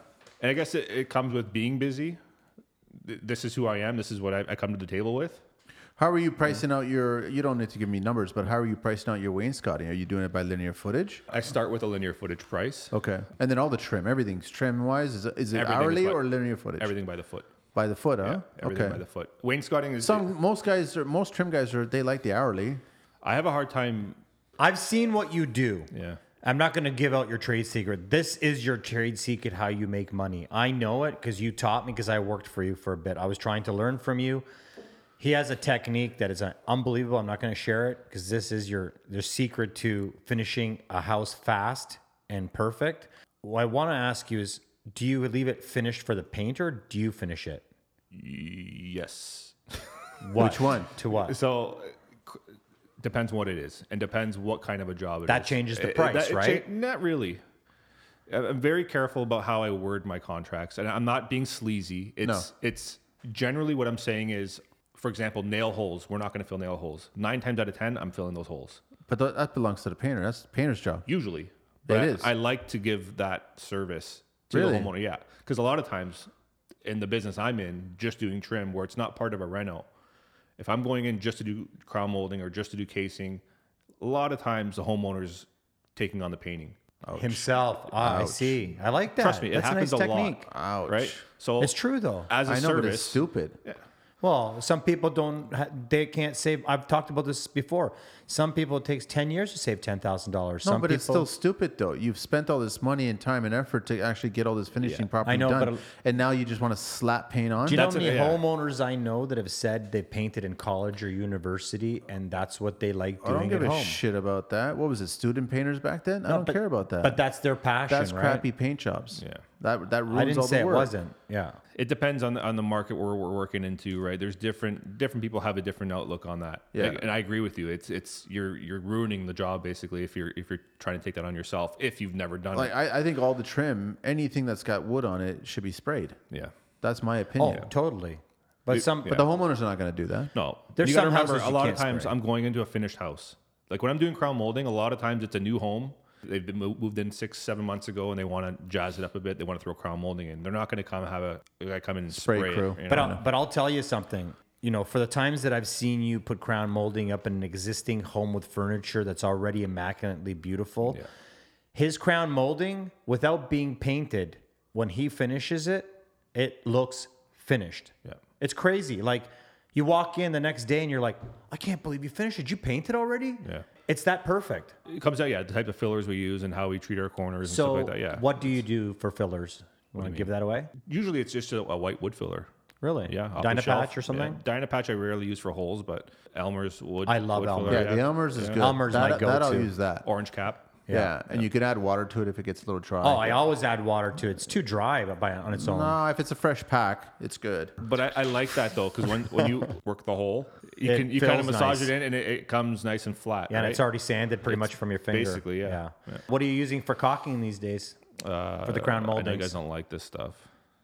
And I guess it, it comes with being busy. Th- This is who I am. This is what I, I come to the table with.
How are you pricing
Mm-hmm.
out your? You don't need to give me numbers, but how are you pricing out your wainscoting? Are you doing it by linear footage?
I start with a linear footage price,
Okay, and then all the trim, everything's trim wise. Is it, is it
Everything is
hourly
by-
or linear footage?
everything by the foot.
by the foot, huh?
Everything
okay.
by the foot. Wainscoting is.
Some most guys are most trim guys are they like the hourly.
I have a hard time.
I've seen what you do.
Yeah.
I'm not going to give out your trade secret. This is your trade secret how you make money. I know it because you taught me because I worked for you for a bit. I was trying to learn from you. He has a technique that is uh, unbelievable. I'm not going to share it because this is your your secret to finishing a house fast and perfect. What I want to ask you is, do you leave it finished for the painter? Do you finish it?
Yes.
What?
Which one?
To what?
So c- depends what it is, and depends what kind of a job it is.
That changes the
It- it-
price,
it cha-
right?
not really. I- I'm very careful about how I word my contracts, and I'm not being sleazy. It's it's generally what I'm saying is, for example, nail holes. We're not going to fill nail holes. Nine times out of ten, I'm filling those holes
But th- that belongs to the painter. That's the painter's job.
usually.
It
I-
is.
I like to give that service to
Really?
the homeowner. Yeah, because a lot of times in the business I'm in, just doing trim where it's not part of a reno. If I'm going in just to do crown molding or just to do casing, a lot of times the homeowner's taking on the painting.
Himself. Ah, I see. I like that.
Trust me, it
That's
happens
a
a,
nice technique.
lot.
Ouch.
Right? So
It's true though.
As a
I know, but it's
service,
stupid.
Well, some people don't. ha- They can't save. I've talked about this before. Some people it takes ten years to save ten thousand dollars.
No,
some
but
people,
it's still stupid though. You've spent all this money and time and effort to actually get all this finishing properly
I know,
done,
but-
and now you just want to slap paint on.
Do you know how
That's a-
many
yeah.
homeowners I know that have said they painted in college or university, and that's what they like
I don't
doing
give
at
a
home.
shit about that. What was it, student painters back then? I
No,
don't
but-
care about that.
But that's their passion.
that's
right?
crappy paint jobs.
Yeah.
that that ruins
I
all
didn't
the
say it
work.
wasn't. Yeah.
it depends on the, on the market we're, we're working into, right? There's different different people have a different outlook on that.
Yeah.
Like, and I agree with you. It's it's you're you're ruining the job basically if you're if you're trying to take that on yourself if you've never done
Like
it.
I, I think all the trim, anything that's got wood on it, should be sprayed.
Yeah.
That's my
Oh,
opinion.
totally. But some.
But the homeowners are not going to do that.
No.
There's
you got to
some
remember a
houses you
lot of
can't
times
spray.
I'm going into a finished house. Like when I'm doing crown molding, a lot of times it's a new home. They've been mo- moved in six, seven months ago, and they want to jazz it up a bit. They want to throw crown molding in. They're not going to come have a a guy come in and
Spray
spray,
crew.
It, you
But
know?
I'll, but I'll tell you something. You know, for the times that I've seen you put crown molding up in an existing home with furniture that's already immaculately beautiful, his crown molding without being painted, when he finishes it, it looks finished.
Yeah.
It's crazy. Like you walk in the next day and you're like, I can't believe you finished it. You painted already?
Yeah.
It's that perfect.
it comes out, yeah, the type of fillers we use and how we treat our corners and
So
stuff like that. Yeah.
what do you do for fillers? Want to give that away?
Usually it's just a, a white wood filler.
Really?
Yeah, off the shelf.
Dynapatch or
Yeah,
something?
Dynapatch I rarely use for holes, but Elmer's wood.
I love
wood
Elmer's.
Yeah,
filler,
the Elmer's is good.
Elmer's
that,
my
that I'll
go-to.
use that.
Orange cap.
yeah. and you can add water to it if it gets a little dry.
Oh, I always add water to it. It's too dry by on its own.
no, if it's a fresh pack, it's good.
But I, I like that though because when, when you work the hole, you
It
can you kind of
feels
massage
nice.
it in and it, it comes nice and flat.
yeah, and
right?
it's already sanded pretty much from your finger.
basically, yeah.
What are you using for cocking these days? Uh, for the crown
I know you
moldings.
guys don't like this stuff.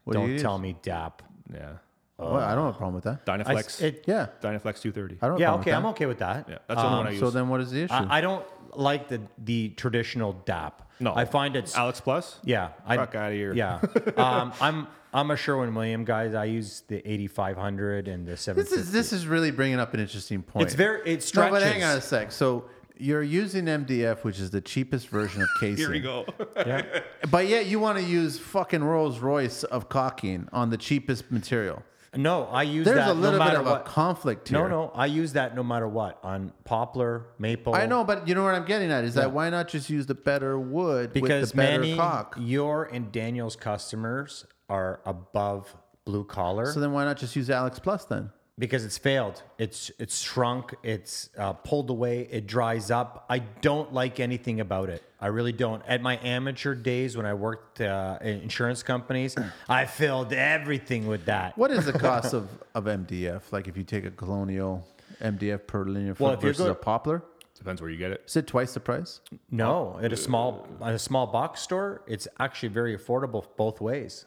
What
don't
do you
tell
use?
me DAP.
Yeah,
Oh.
Well, I don't have a problem with that.
I-
Dynaflex.
it-
Yeah,
Dynaflex 230.
I don't. Have
yeah,
a problem
okay,
with
I'm
that.
okay with that.
yeah, that's the only one I use.
So then, what is the issue?
I, I don't like the the traditional DAP.
no,
I find it's
Alex Plus.
yeah. I,
Fuck outta here.
Yeah, um, I'm I'm a Sherwin Williams guy. I use the 8500 and the 750.
this is this is really bringing up an interesting point.
It's very- it
No, but hang
stretches.
on a sec. So you're using MDF, which is the cheapest version of casing.
Here we go.
yeah.
But yet you want to use fucking Rolls Royce of caulking on the cheapest material.
No, I use
There's
that
a little
no
bit
matter
of
what.
a conflict here.
no, no, I use that no matter what on poplar, maple.
I know, but you know what I'm getting at is that why not just use the better wood with
because
the better
Manny,
caulk?
your and Daniel's customers are above blue collar
So then why not just use Alex Plus then?
because it's failed. It's it's shrunk. It's uh, pulled away. It dries up. I don't like anything about it. I really don't. At my amateur days when I worked uh, in insurance companies, I filled everything with that.
What is the cost of, of MDF? Like if you take a colonial MDF per linear foot
Well, if you're
versus
go-
a poplar?
Depends where you get it.
Is it twice the price?
No, at a small at a small box store, it's actually very affordable both ways.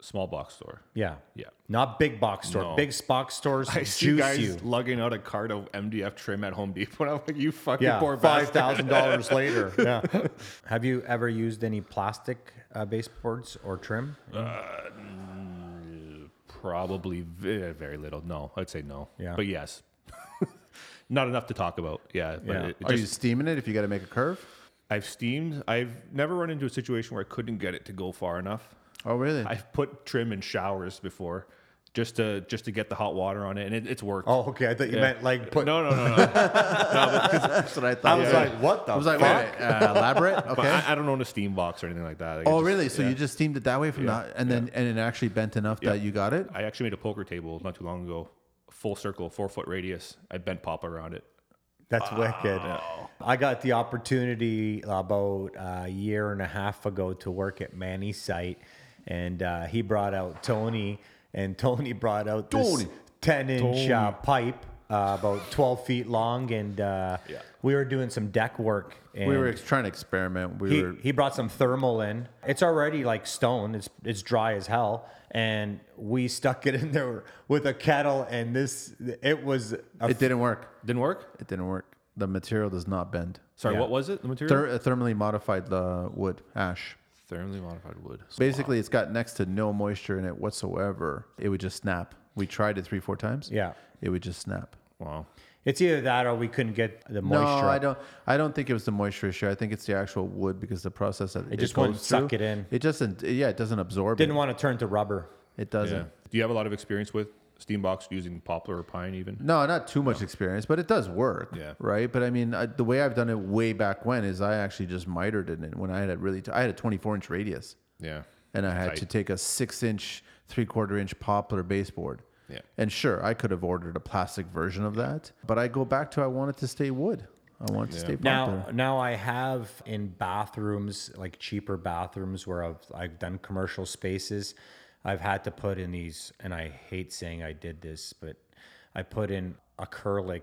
Small box store.
Yeah.
Yeah.
Not big box store.
No.
Big box stores
I see
juice
guys
you.
lugging out a cart of MDF trim at Home Depot. and I'm like, you fucking
Yeah.
poor
Five
bastard.
thousand dollars later. Yeah. Have you ever used any plastic uh, baseboards or trim?
Probably ve- very little. No, I'd say no.
Yeah.
But yes. Not enough to talk about. Yeah. But
Yeah.
It, it
Are
just,
you steaming it if you got to make a curve?
I've steamed. I've never run into a situation where I couldn't get it to go far enough.
Oh, really?
I've put trim in showers before just to just to get the hot water on it, and it, it's worked.
Oh, okay. I thought you meant like put.
No, no, no, no.
That's what I
I
thought.
was
Yeah.
like, what the?
I was like, wait,
fuck?
wait, uh, elaborate.
but
Okay.
I, I don't own a steam box or anything like that. Like, I
Oh,
just-
really? So
yeah.
you just steamed it that way from that, and then and it actually bent enough that you got it.
I actually made a poker table not too long ago, full circle, four foot radius. I bent pop around it.
That's wicked.
I got the opportunity about a year and a half ago to work at Manny's site, and uh, he brought out Tony, and Tony brought out this
Tony.
ten-inch uh, pipe, uh, about twelve feet long, and uh,
Yeah.
we were doing some deck work. And
we were ex- trying to experiment. We
he,
were
he brought some thermal in. It's already like stone. It's it's dry as hell, and we stuck it in there with a kettle, and this it was a
It didn't work.
Didn't work.
It didn't work. The material does not bend.
Sorry,
Yeah.
what was it? The material?
Ther- uh, thermally modified the wood ash.
Thermally modified wood.
Basically, it's got next to no moisture in it whatsoever. It would just snap. We tried it three, four times.
Yeah.
it would just snap.
Wow.
It's either that or we couldn't get the moisture.
No, I
up.
don't. I don't think it was the moisture issue. I think it's the actual wood because the process that it,
just
goes
wouldn't suck
through,
it in.
It doesn't. Yeah, it doesn't absorb.
Didn't
it.
want to turn to rubber.
it doesn't.
Yeah. Do you have a lot of experience with steam box using poplar or pine even?
No, not too much experience, but it does work.
Yeah.
Right. But I mean, I, the way I've done it way back when is I actually just mitered it in when I had a really t- I had a 24 inch radius,
Yeah.
and I had
Tight.
to take a six inch, three quarter inch poplar baseboard.
Yeah.
And sure, I could have ordered a plastic version of that, but I go back to I want it to stay wood. I want it to stay poplar.
Now, now I have in bathrooms, like cheaper bathrooms where I've, I've done commercial spaces, I've had to put in these, and I hate saying I did this, but I put in acrylic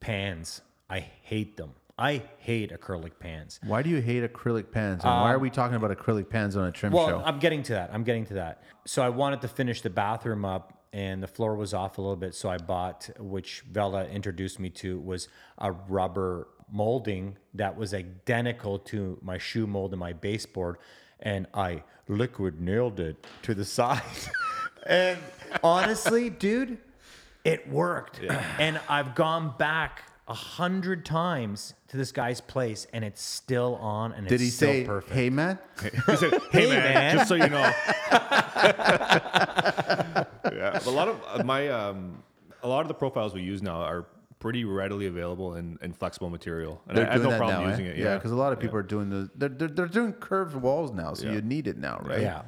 pans. I hate them. I hate acrylic pans.
Why do you hate acrylic pans? And why are we talking about acrylic pans on a trim
Um, Well,
show?
I'm getting to that. I'm getting to that. So I wanted to finish the bathroom up, and the floor was off a little bit. So I bought, which Vela introduced me to, was a rubber molding that was identical to my shoe mold and my baseboard, and I liquid nailed it to the side. and honestly, dude, it worked. And I've gone back a hundred times to this guy's place, and it's still on, and
Did
it's
he
still
say,
perfect.
"Hey, man"?
hey,
Hey,
man,
man.
just so you know. yeah, a lot of my um, a lot of the profiles we use now are pretty readily available in, in flexible material, and I, I have no problem
eh?
using it.
Yeah,
Yeah,
because a lot of people are doing the they're, they're, they're doing curved walls now, so
Yeah.
you need it now, right?
Yeah.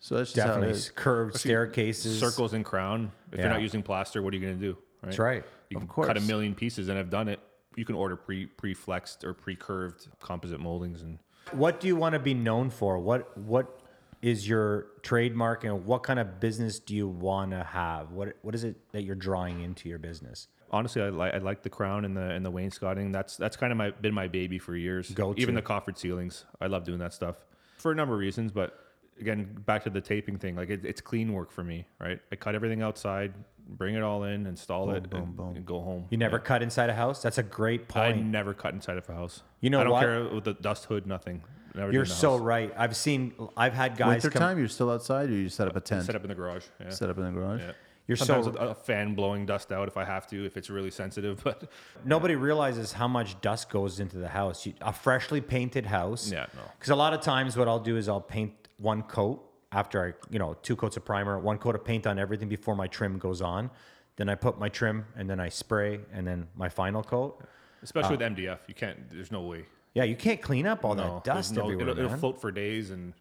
So that's just how it
Definitely
is.
curved staircases.
circles and crown. If
Yeah.
you're not using plaster, what are you going to do? Right? That's
right.
You
Of
can cut a
course.
million pieces, and I've done it. You can order pre pre flexed or pre curved composite moldings, and
What do you want to be known for? What what is your trademark and what kind of business do you want to have? What what is it that you're drawing into your business?
honestly, I like I like the crown and the and the wainscoting. That's that's kind of my been my baby for years.
Go-to.
Even the coffered ceilings, I love doing that stuff for a number of reasons. But again, back to the taping thing, like it, it's clean work for me, right? I cut everything outside, bring it all in, install it, and, and go home.
You never cut inside a house? That's a great
I
point.
never cut inside of a house.
You know
I don't
what?
care with the dust hood, nothing. Never
you're
did in the
so
house.
right. I've seen I've had guys
Winter
come
time, you're still outside, or you set up a tent,
set up in the garage. Yeah.
set up in the garage.
Yeah.
You're so-
Sometimes a, a fan blowing dust out if I have to, if it's really sensitive. But
Nobody realizes how much dust goes into the house. You, a freshly painted house.
Yeah, no.
Because a lot of times, what I'll do is I'll paint one coat after I, you know, two coats of primer, one coat of paint on everything before my trim goes on. Then I put my trim and then I spray and then my final coat. Ah.
especially with MDF, you can't. There's no way.
Yeah, you can't clean up all
No,
that dust
there's no-
everywhere,
It'll, it'll
man.
float for days, and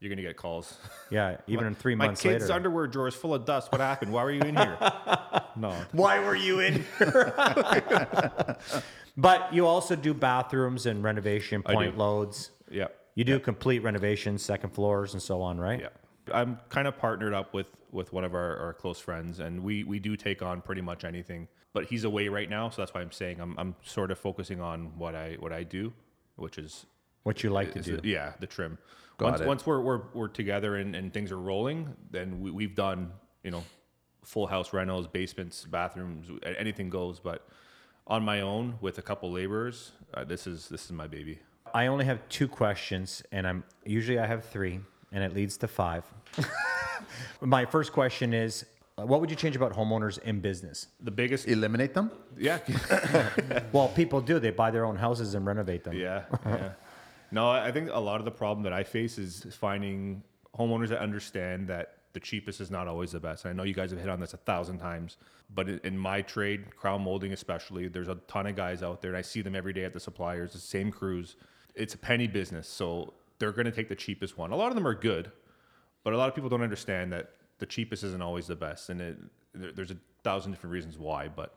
you're gonna get calls.
Yeah, even in three
My
months
kid's
later.
underwear drawer is full of dust. What happened? Why were you in here? no,
Why were you in here? but you also do bathrooms and renovation point
do.
loads.
yeah,
You do complete renovations, second floors, and so on, right?
yeah. I'm kind of partnered up with with one of our, our close friends, and we we do take on pretty much anything. but he's away right now, so that's why I'm saying I'm, I'm sort of focusing on what I what I do, which is
What you like to
is
do.
the- yeah the trim.
Got
once
it.
once we're we're, we're together and, and things are rolling, then we, we've done you know full house rentals, basements, bathrooms, a- anything goes. But on my own with a couple laborers, uh, this is this is my baby.
I only have two questions, and I'm usually I have three, and it leads to five. My first question is, uh, what would you change about homeowners in business?
The biggest
Eliminate them?
yeah
Well, people do; they buy their own houses and renovate them.
yeah yeah. No, I I think a lot of the problem that I face is finding homeowners that understand that the cheapest is not always the best. And I know you guys have hit on this a thousand times, but in- in my trade, crown molding especially, there's a ton of guys out there, and I see them every day at the suppliers, the same crews. It's a penny business, so they're going to take the cheapest one. A lot of them are good, but a lot of people don't understand that the cheapest isn't always the best, and it, there, there's a thousand different reasons why. But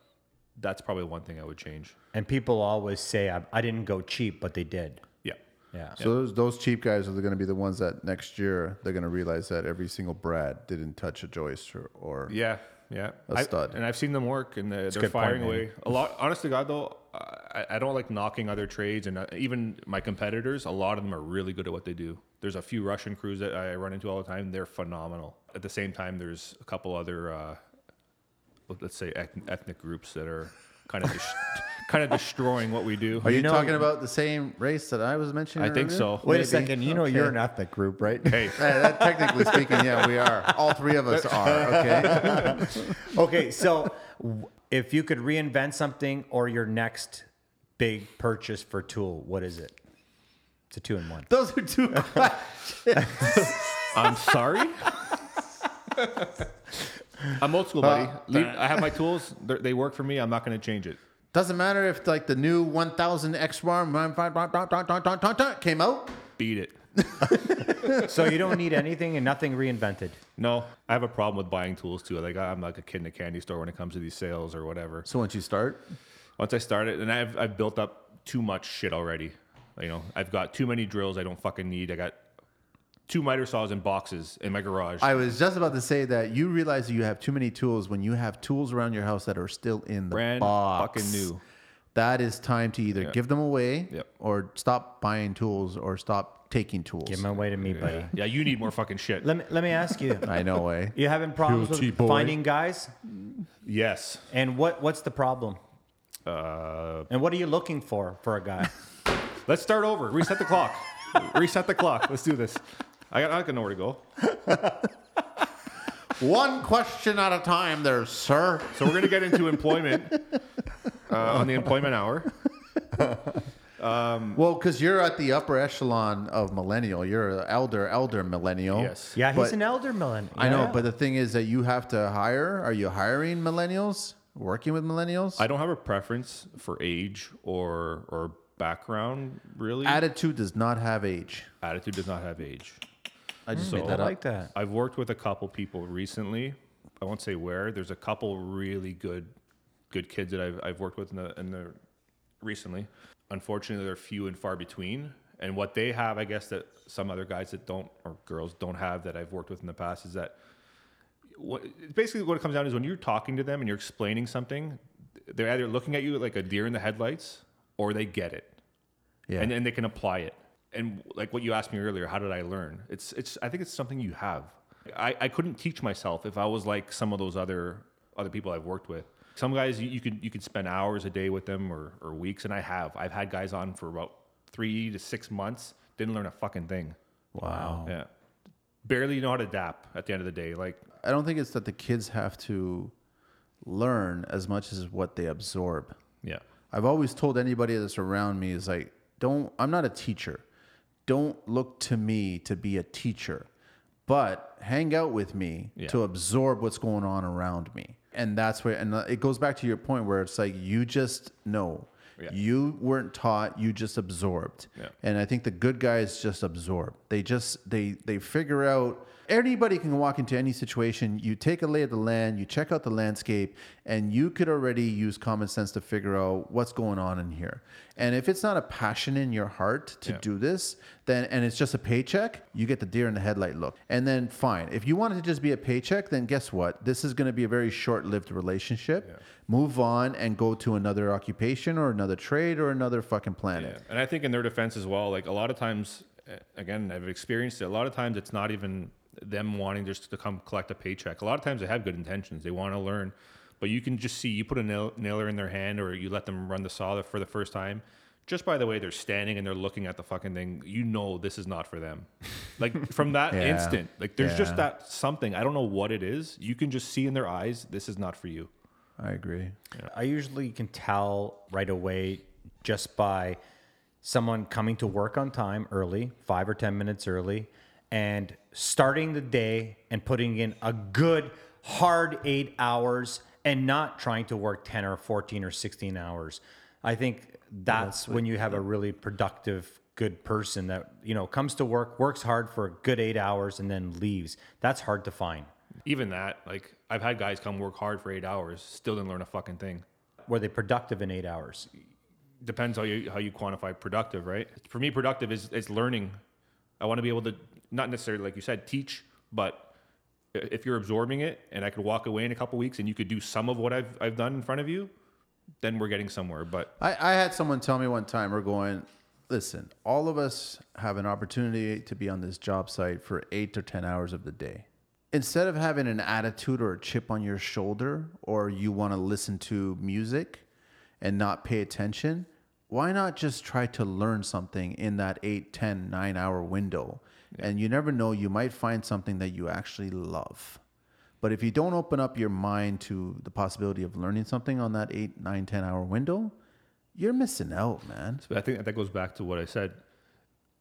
that's probably one thing I would change.
And people always say, I, "I didn't go cheap," but they did.
Yeah.
Yeah.
So those, those cheap guys are going to be the ones that next year they're going to realize that every single Brad didn't touch a joist or, or
Yeah, yeah,
A
I-
stud.
And I've seen them work, and they're,
a
they're
good point,
firing
man.
away a lot. Honest to God, though, I, I don't like knocking other trades, and uh, even my competitors. A lot of them are really good at what they do. There's a few Russian crews that I run into all the time. They're phenomenal. At the same time, there's a couple other, uh, let- let's say, eth- ethnic groups that are kind of dis- kind of destroying what we do.
Are you,
know-
talking about the same race that I was mentioning?
I think
earlier?
so.
Wait
Maybe.
a second. You know you're an ethnic group, right?
Hey,
Yeah, that, technically speaking, yeah, we are. All three of us are. Okay.
okay, so w- if you could reinvent something or your next big purchase for tool, what is it? It's a two in one.
Those are two.
I'm sorry. I'm old school, buddy.
Uh, leave-
I have my tools. They're, they work for me. I'm not going to change it.
Doesn't matter if like the new 1000 X Farm came out.
Beat it.
So you don't need anything and nothing reinvented.
No, I have a problem with buying tools too. Like I'm like a kid in a candy store when it comes to these sales or whatever.
So once you start,
Once I start it, and I've I've built up too much shit already. You know, I've got too many drills I don't fucking need. I got two miter saws in boxes in my garage.
I was just about to say that you realize that you have too many tools when you have tools around your house that are still in the
Brand
box.
fucking new.
That is time to either give them away
Yep.
or stop buying tools or stop taking tools.
Give my way to me, buddy.
yeah, you need more fucking shit.
Let me let me ask you.
I know, eh?
You having problems
Guilty
with
boy.
finding guys?
yes.
And what what's the problem? Uh, and what are you looking for for a guy?
Let's start over. Reset the clock. Reset the clock. Let's do this. I got I got nowhere to go.
One question at a time there, sir.
So we're gonna get into employment uh, on the employment hour.
Well, because you're at the upper echelon of millennial. You're an elder, elder millennial.
Yes.
Yeah, he's
But-
an elder millennial.
I know,
Yeah.
but the thing is that you have to hire. Are you hiring millennials? Working with millennials?
I don't have a preference for age or or background really.
Attitude does not have age.
Attitude does not have age.
I just made
So-
that uh,
I
up.
like that.
I've worked with a couple people recently. I won't say where. There's a couple really good, good kids that I've, I've worked with in the in the recently. Unfortunately, they're few and far between. And what they have, I guess, that some other guys that don't or girls don't have that I've worked with in the past is that what, basically what it comes down to is when you're talking to them and you're explaining something, they're either looking at you like a deer in the headlights or they get it
Yeah.
and, and they can apply it. And like what you asked me earlier, how did I learn? It's it's I think it's something you have. I, I couldn't teach myself if I was like some of those other other people I've worked with. Some guys you, you could you could spend hours a day with them or, or weeks, and I have. I've had guys on for about three to six months, didn't learn a fucking thing.
wow.
Yeah. Barely know how to adapt at the end of the day. Like
I don't think it's that the kids have to learn as much as what they absorb.
yeah.
I've always told anybody that's around me is like, don't, I'm not a teacher. Don't look to me to be a teacher, but hang out with me
Yeah.
to absorb what's going on around me. And that's where, and it goes back to your point where it's like, you just know.
Yeah.
You weren't taught, you just absorbed.
Yeah.
And I think the good guys just absorb. They just they they figure out anybody can walk into any situation. You take a lay of the land, you check out the landscape, and you could already use common sense to figure out what's going on in here. And if it's not a passion in your heart to
Yeah.
do this, then and it's just a paycheck, you get the deer in the headlight look. And then fine. If you want it to just be a paycheck, then guess what? This is going to be a very short-lived relationship. Move on and go to another occupation or another trade or another fucking planet.
Yeah. And I think in their defense as well, like a lot of times, uh, again, I've experienced it. A lot of times, it's not even them wanting just to come collect a paycheck. A lot of times, they have good intentions. They want to learn, but you can just see you put a nail, nailer in their hand, or you let them run the saw for the first time. Just by the way they're standing and they're looking at the fucking thing, you know this is not for them. Like from that instant, like there's just that something. I don't know what it is. You can just see in their eyes, this is not for you.
I agree.
I usually can tell right away just by someone coming to work on time early, five or 10 minutes early, and starting the day and putting in a good hard eight hours and not trying to work 10 or 14 or 16 hours. I think that's when you have a really productive, good person that, you know, comes to work, works hard for a good eight hours and then leaves. That's hard to find.
Even that, like I've had guys come work hard for eight hours, still didn't learn a fucking thing.
Were they productive in eight hours?
depends how you how you quantify productive, right? For me, productive is is learning. I want to be able to not necessarily like you said teach, but i- if you're absorbing it, and I could walk away in a couple weeks, and you could do some of what I've I've done in front of you, then we're getting somewhere. But
I, I had someone tell me one time, we're going, listen, all of us have an opportunity to be on this job site for eight to 10 hours of the day. Instead of having an attitude or a chip on your shoulder, or you want to listen to music and not pay attention, why not just try to learn something in that eight, 10, nine hour window? And you never know, you might find something that you actually love. But if you don't open up your mind to the possibility of learning something on that eight, nine, 10 hour window, you're missing out, man.
I think that goes back to what I said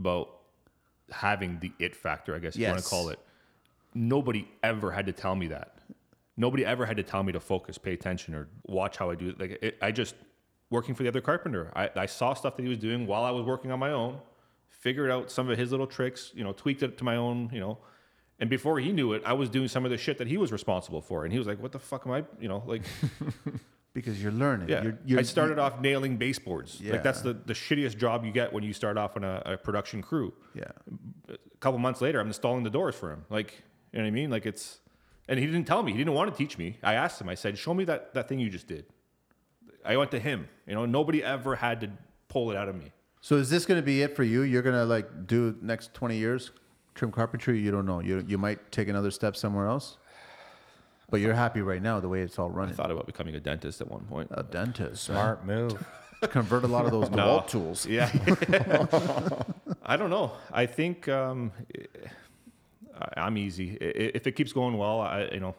about having the it factor, I guess if you want
Yes.
to call it. Nobody ever had to tell me that. Nobody ever had to tell me to focus, pay attention, or watch how I do it. Like it, I just working for the other carpenter, I, I saw stuff that he was doing while I was working on my own, figured out some of his little tricks, you know, tweaked it to my own, you know. And before he knew it, I was doing some of the shit that he was responsible for, and he was like, "What the fuck am I?" You know, like
Because you're learning.
yeah,
You're, you're,
I started off nailing baseboards.
Yeah.
Like that's the, the shittiest job you get when you start off on a, a production crew.
Yeah.
A couple months later, I'm installing the doors for him. Like, you know what I mean? Like it's, and he didn't tell me. He didn't want to teach me. I asked him. I said, "Show me that that thing you just did." I went to him. You know, nobody ever had to pull it out of me.
So is this going to be it for you? You're going to like do next 20 years trim carpentry? You don't know. You, you might take another step somewhere else. But you're happy right now the way it's all running.
Thought about becoming a dentist at one point.
A dentist.
Smart move.
Convert a lot of those to Uh, wall tools.
Yeah. I don't know. I think um, I- I'm easy. I- I- If it keeps going well, I you know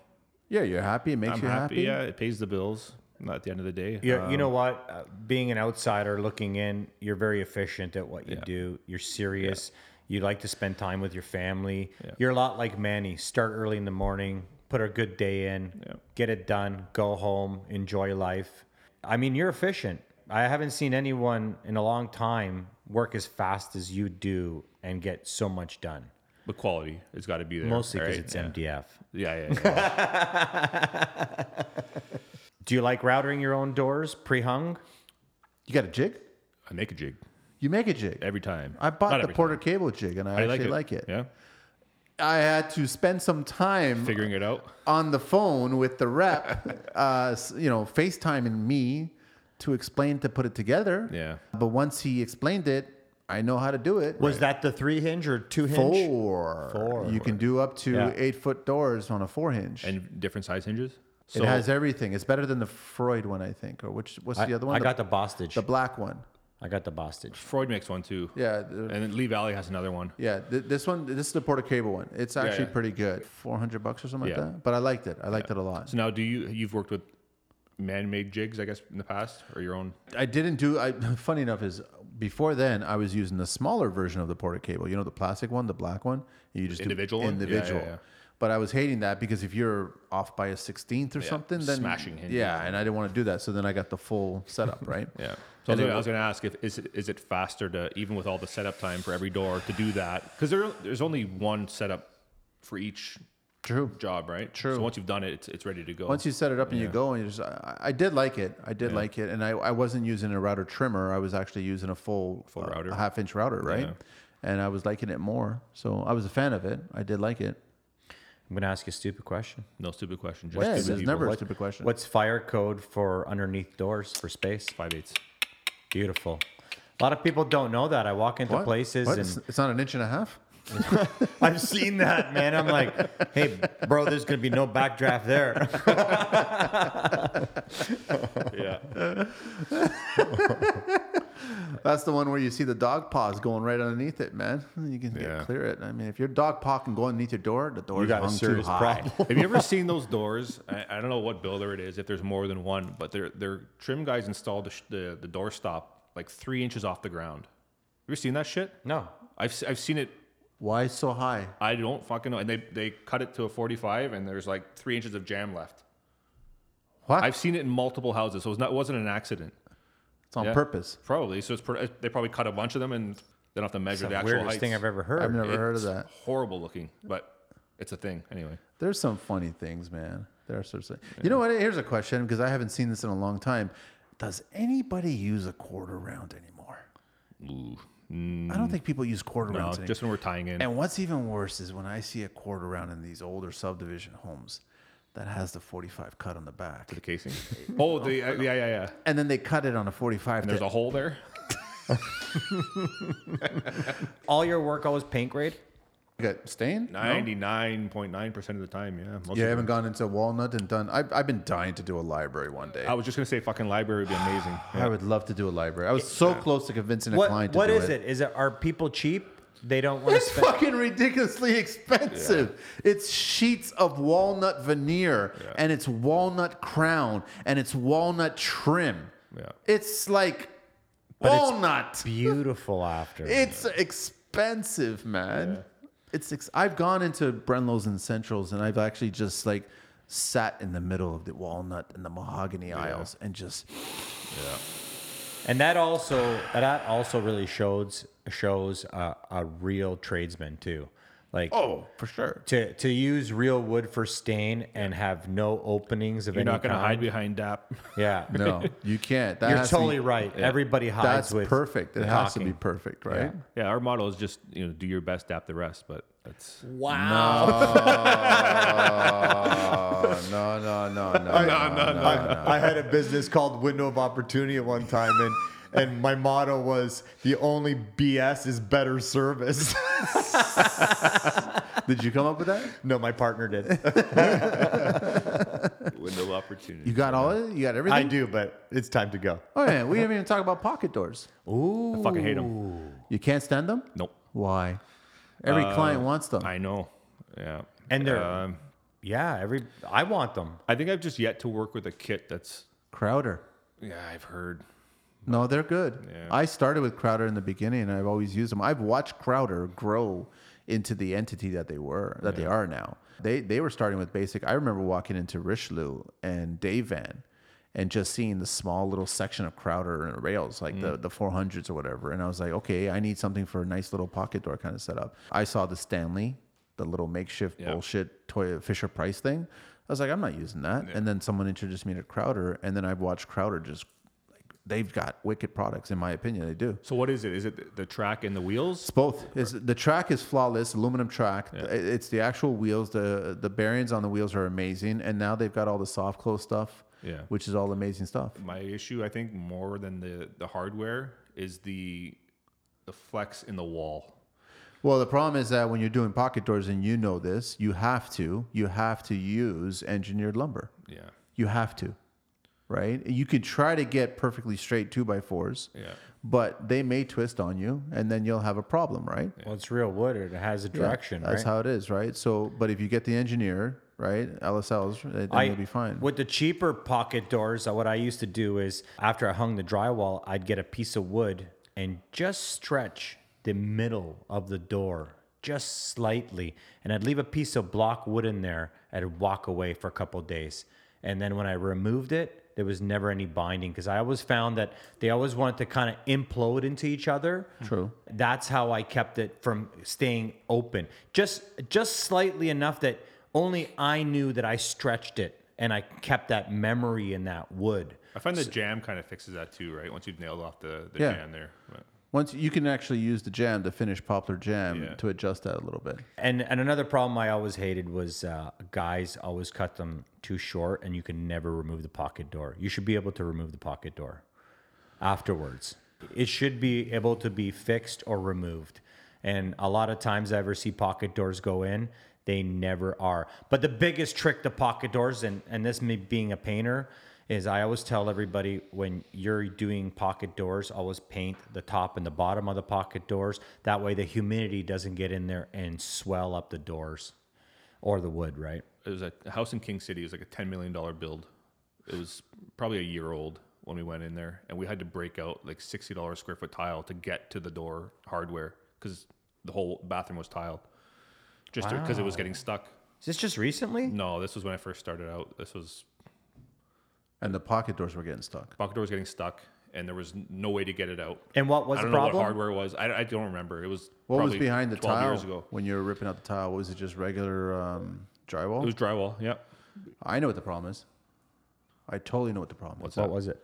Yeah, you're happy. It makes
I'm
you happy.
happy. Yeah, it pays the bills. Not at the end of the day.
Yeah, you know what? Uh, being an outsider looking in, you're very efficient at what you do. You're serious. You like to spend time with your family. You're a lot like Manny. Start early in the morning, put a good day in, get it done, go home, enjoy life. I mean, you're efficient. I haven't seen anyone in a long time work as fast as you do and get so much done.
But quality has got to be there.
Mostly because
right?
it's
yeah.
MDF.
Yeah, yeah. yeah.
Do you like routing your own doors pre-hung?
You got a jig?
I make a jig
You make a jig.
every time.
I bought
Not
the
every
Porter
time.
Cable jig and I,
I
actually like it.
Yeah,
I had to spend some time
figuring it out.
on the phone with the rep, uh, s- you know, FaceTiming me to explain to put it together.
Yeah.
But once he explained it, I know how to do it.
Was that the three hinge or two hinge?
four.
Four.
You can do up to
Yeah.
eight foot doors on a four hinge.
And different size hinges. So
it has everything. It's better than the Freud one, I think. Or which? What's the other one?
I got the Bostage.
the black one.
I got the Bostage.
Freud makes one too.
Yeah. the-
And then Lee Valley has another one.
Yeah, th- this one, this is the Porter Cable one. It's actually
yeah.
pretty good, four hundred bucks or something
Yeah.
like that. But I liked it. I liked it a lot.
So now, do you you've worked with man-made jigs, I guess, in the past, or your own?
I didn't do. I funny enough is before then I was using the smaller version of the Porter Cable. You know the plastic one, the black one. You just
Individual
do
one? Yeah, yeah,
individual.
yeah.
But I was hating that because if you're off by a sixteenth or something, then
smashing hinges.
Yeah, and I didn't want to do that. So then I got the full setup, right?
Yeah. So I was, gonna- I was going to ask if is it, is it faster to even with all the setup time for every door to do that because there there's only one setup for each
True.
job, right? True. So once you've done it, it's, it's ready to go.
Once you set it up and you go and you just, I, I did like it. I did like it, and I, I wasn't using a router trimmer. I was actually using a full uh,
Full router.
a half inch router, right?
Yeah.
And I was liking it more. So I was a fan of it. I did like it.
I'm gonna ask you a stupid question.
no stupid question. Just
Yeah,
stupid
it's
people.
never a stupid question.
What's fire code for underneath doors for space?
five eighths.
Beautiful. A lot of people don't know that. I walk into
What?
places
What?
and
It's, it's not an inch and a half.
I've seen that, man. I'm like, hey, bro, there's gonna be no backdraft there.
Yeah.
That's the one where you see the dog paws going right underneath it, man. You can
Yeah.
get clear it. I mean, if your dog paw can go underneath your door, the door's
got a
hung too
serious
high.
problem.
Have you ever seen those doors? I, I don't know what builder it is, if there's more than one, but their their trim guys installed the, sh- the the door stop like three inches off the ground. You ever seen that shit?
No.
I've s- I've seen it.
Why so high?
I don't fucking know. And they they cut it to a 45, and there's like three inches of jam left.
What?
I've seen it in multiple houses, so it's not it wasn't an accident.
it's on
Yeah.
purpose.
Probably. So it's pr- they probably cut a bunch of them, and they don't have to measure
The
the actual
weirdest
heights.
thing I've ever heard.
I've never heard of
It's
that.
Horrible looking, but it's a thing anyway.
There's some funny things, man. There are sorts of. You know what? Here's a question because I haven't seen this in a long time. Does anybody use a quarter round anymore? I don't think people use quarter
Mm. No,
rounds anymore.
Uh, just when we're tying in.
And what's even worse is when I see a quarter round in these older subdivision homes that has the 45 cut on the back,
the casing. Oh, the, uh, yeah, yeah, yeah.
and then they cut it on a 45.
There's
to-
a hole there.
All your work always paint grade?
Got stain?
Ninety-nine point nine percent of the time, yeah. Most
Yeah, I
of
haven't
them.
gone into walnut and done. I've, I've been dying to do a library one day.
I was just gonna say, fucking library would be amazing.
I would love to do a library. I was so close to convincing a
What
client to
what
do
is it? Is it are people cheap? They don't want to
It's
spend
fucking ridiculously expensive. It's sheets of walnut veneer and it's walnut crown and it's walnut trim.
Yeah.
It's like
it's
walnut.
beautiful after.
It's, expensive, man. It's ex- I've gone into Brenlows and Centrals and I've actually just like sat in the middle of the walnut and the mahogany aisles and just
And that also that also really shows shows uh, a real tradesman too. Like
oh, for sure.
to to use real wood for stain and have no openings of
You're
any
not gonna hide
kind.
behind DAP.
Yeah.
No, you can't. That
You're
has to be-
totally right. Everybody hides
That's
with
perfect. It has to be
caulking.
perfect, right?
Yeah, our motto is just you know do your best, DAP the rest. But that's
Oh, no, no, no, no. no, no, no.
I, I had a business called Window of Opportunity at one time, and and my motto was the only BS is better service.
Did you come up with that?
no, my partner did.
window opportunity.
You got all of it? You got everything?
I do, but it's time to go.
Oh, yeah. We didn't even talk about pocket doors.
I fucking hate them.
You can't stand them?
Nope.
Why? Every client wants them.
I know. Yeah.
And they're-
Um,
Yeah, every I want them.
I think I've just yet to work with a kit that's.
Crowder.
Yeah, I've heard.
No, they're good. I started with Crowder in the beginning and I've always used them. I've watched Crowder grow into the entity that they were, that they are now. They they were starting with basic. I remember walking into Richelieu and Dave Van and just seeing the small little section of Crowder and rails, like the, the 400s or whatever. And I was like, okay, I need something for a nice little pocket door kind of setup. I saw the Stanley, the little makeshift bullshit toy Fisher Price thing. I was like, I'm not using that. And then someone introduced me to Crowder, and then I've watched Crowder just they've got wicked products in my opinion they do
So what is it? Is it the- the track and the wheels?
it's both it's, the track is flawless aluminum track It- it's the actual wheels the the bearings on the wheels are amazing and now they've got all the soft close stuff
Yeah.
which is all amazing stuff
My issue, I think, more than the the hardware is the the flex in the wall.
well the problem is that when you're doing pocket doors and you know this you have to you have to use engineered lumber
Yeah.
you have to right you could try to get perfectly straight two by fours
Yeah.
but they may twist on you and then you'll have a problem right
Well, it's real wood. It has a
Yeah,
direction,
That's
right?
how it is, right? So, but if you get the engineer, right, LSLs, then
I-
you'll be fine.
With the cheaper pocket doors, uh, what I used to do is after I hung the drywall, I'd get a piece of wood and just stretch the middle of the door just slightly, and I'd leave a piece of block wood in there. I'd walk away for a couple days, and then when I removed it, there was never any binding because I always found that they always wanted to kind of implode into each other. True. That's how I kept it from staying open, just just slightly enough that only I knew that I stretched it and I kept that memory in that wood.
I find the jam kind of fixes that too, right? Once you've nailed off the, the
Yeah.
jam there. But
Once you can actually use the jam, the finished poplar jam,
Yeah.
to adjust that a little bit.
And and another problem I always hated was uh, guys always cut them too short, and you can never remove the pocket door. You should be able to remove the pocket door afterwards. It should be able to be fixed or removed. And a lot of times I ever see pocket doors go in, they never are. But the biggest trick to pocket doors, and, and this me being a painter, is I always tell everybody when you're doing pocket doors, always paint the top and the bottom of the pocket doors. That way the humidity doesn't get in there and swell up the doors or the wood, right?
it was a a house in King City. It was like a ten million dollar build. It was probably a year old when we went in there, and we had to break out like sixty dollars square foot tile to get to the door hardware because the whole bathroom was tiled, just because it was getting stuck.
Is this just recently?
No, this was when I first started out. This was
And the pocket doors were getting stuck.
pocket door was getting stuck, and there was no way to get it out.
And what was
I
the
don't know what
problem?
hardware was. I, I don't remember. It was
What was
probably
behind the
12
tile
years ago.
when you were ripping out the tile? Was it just regular um, drywall?
It was drywall. Yep.
I know what the problem is. I totally know what the problem is.
What was it?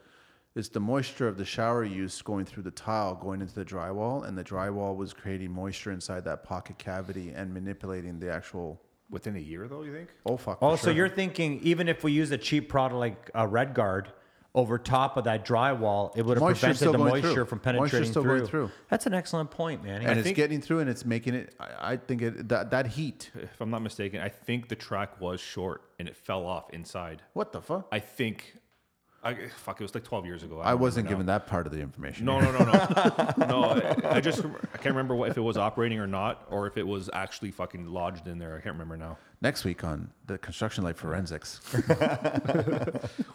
It's the moisture of the shower use going through the tile, going into the drywall, and the drywall was creating moisture inside that pocket cavity and manipulating the actual.
Within a year though, you think?
Oh fuck! for
Oh, so
sure.
you're thinking even if we use a cheap product like a Red Guard over top of that drywall, it would have
Moisture's
prevented
still
the
going
moisture
through.
from
Moisture's
penetrating
still
through.
going through.
That's an excellent point, Manny.
and
I
it's
think-
getting through, and it's making it. I, I think it that that heat.
If I'm not mistaken, I think the track was short and it fell off inside.
What the fuck?
I think, I fuck, it was like 12 years ago.
I, wasn't
given
given that part of the information.
No, no, no, no, no. I, I just rem- I can't remember what, if it was operating or not, or if it was actually fucking lodged in there. I can't remember now.
Next week on the construction life forensics,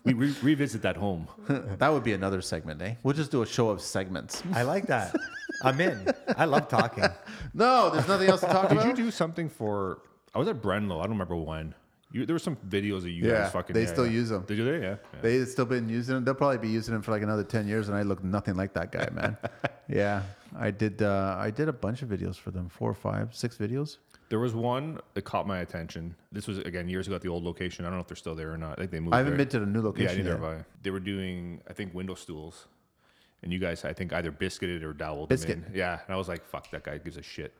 We re- revisit that home.
that would be another segment, eh? We'll just do a show of segments.
I like that. I'm in. I love talking.
No, there's nothing else to talk
Did
about.
you do something for? I was at Brenlow. I don't remember when. You, there were some videos of you
Yeah,
guys fucking.
they
yeah,
still
yeah.
use 'em.
Did you? Yeah. yeah.
They've still been using him. They'll probably be using him for like another ten years, and I look nothing like that guy, man. yeah, I did. Uh, I did a bunch of videos for them, four, five, six videos.
There was one that caught my attention. This was again years ago at the old location. I don't know if they're still there or not. I think they moved.
I haven't
there.
been to the new
Yeah,
location
neither
yet.
have I. They were doing, I think, window stools, and you guys, I think, either biscuited or doweled. them
Biscuit.
in. Yeah, and I was like, "Fuck, that guy gives a shit."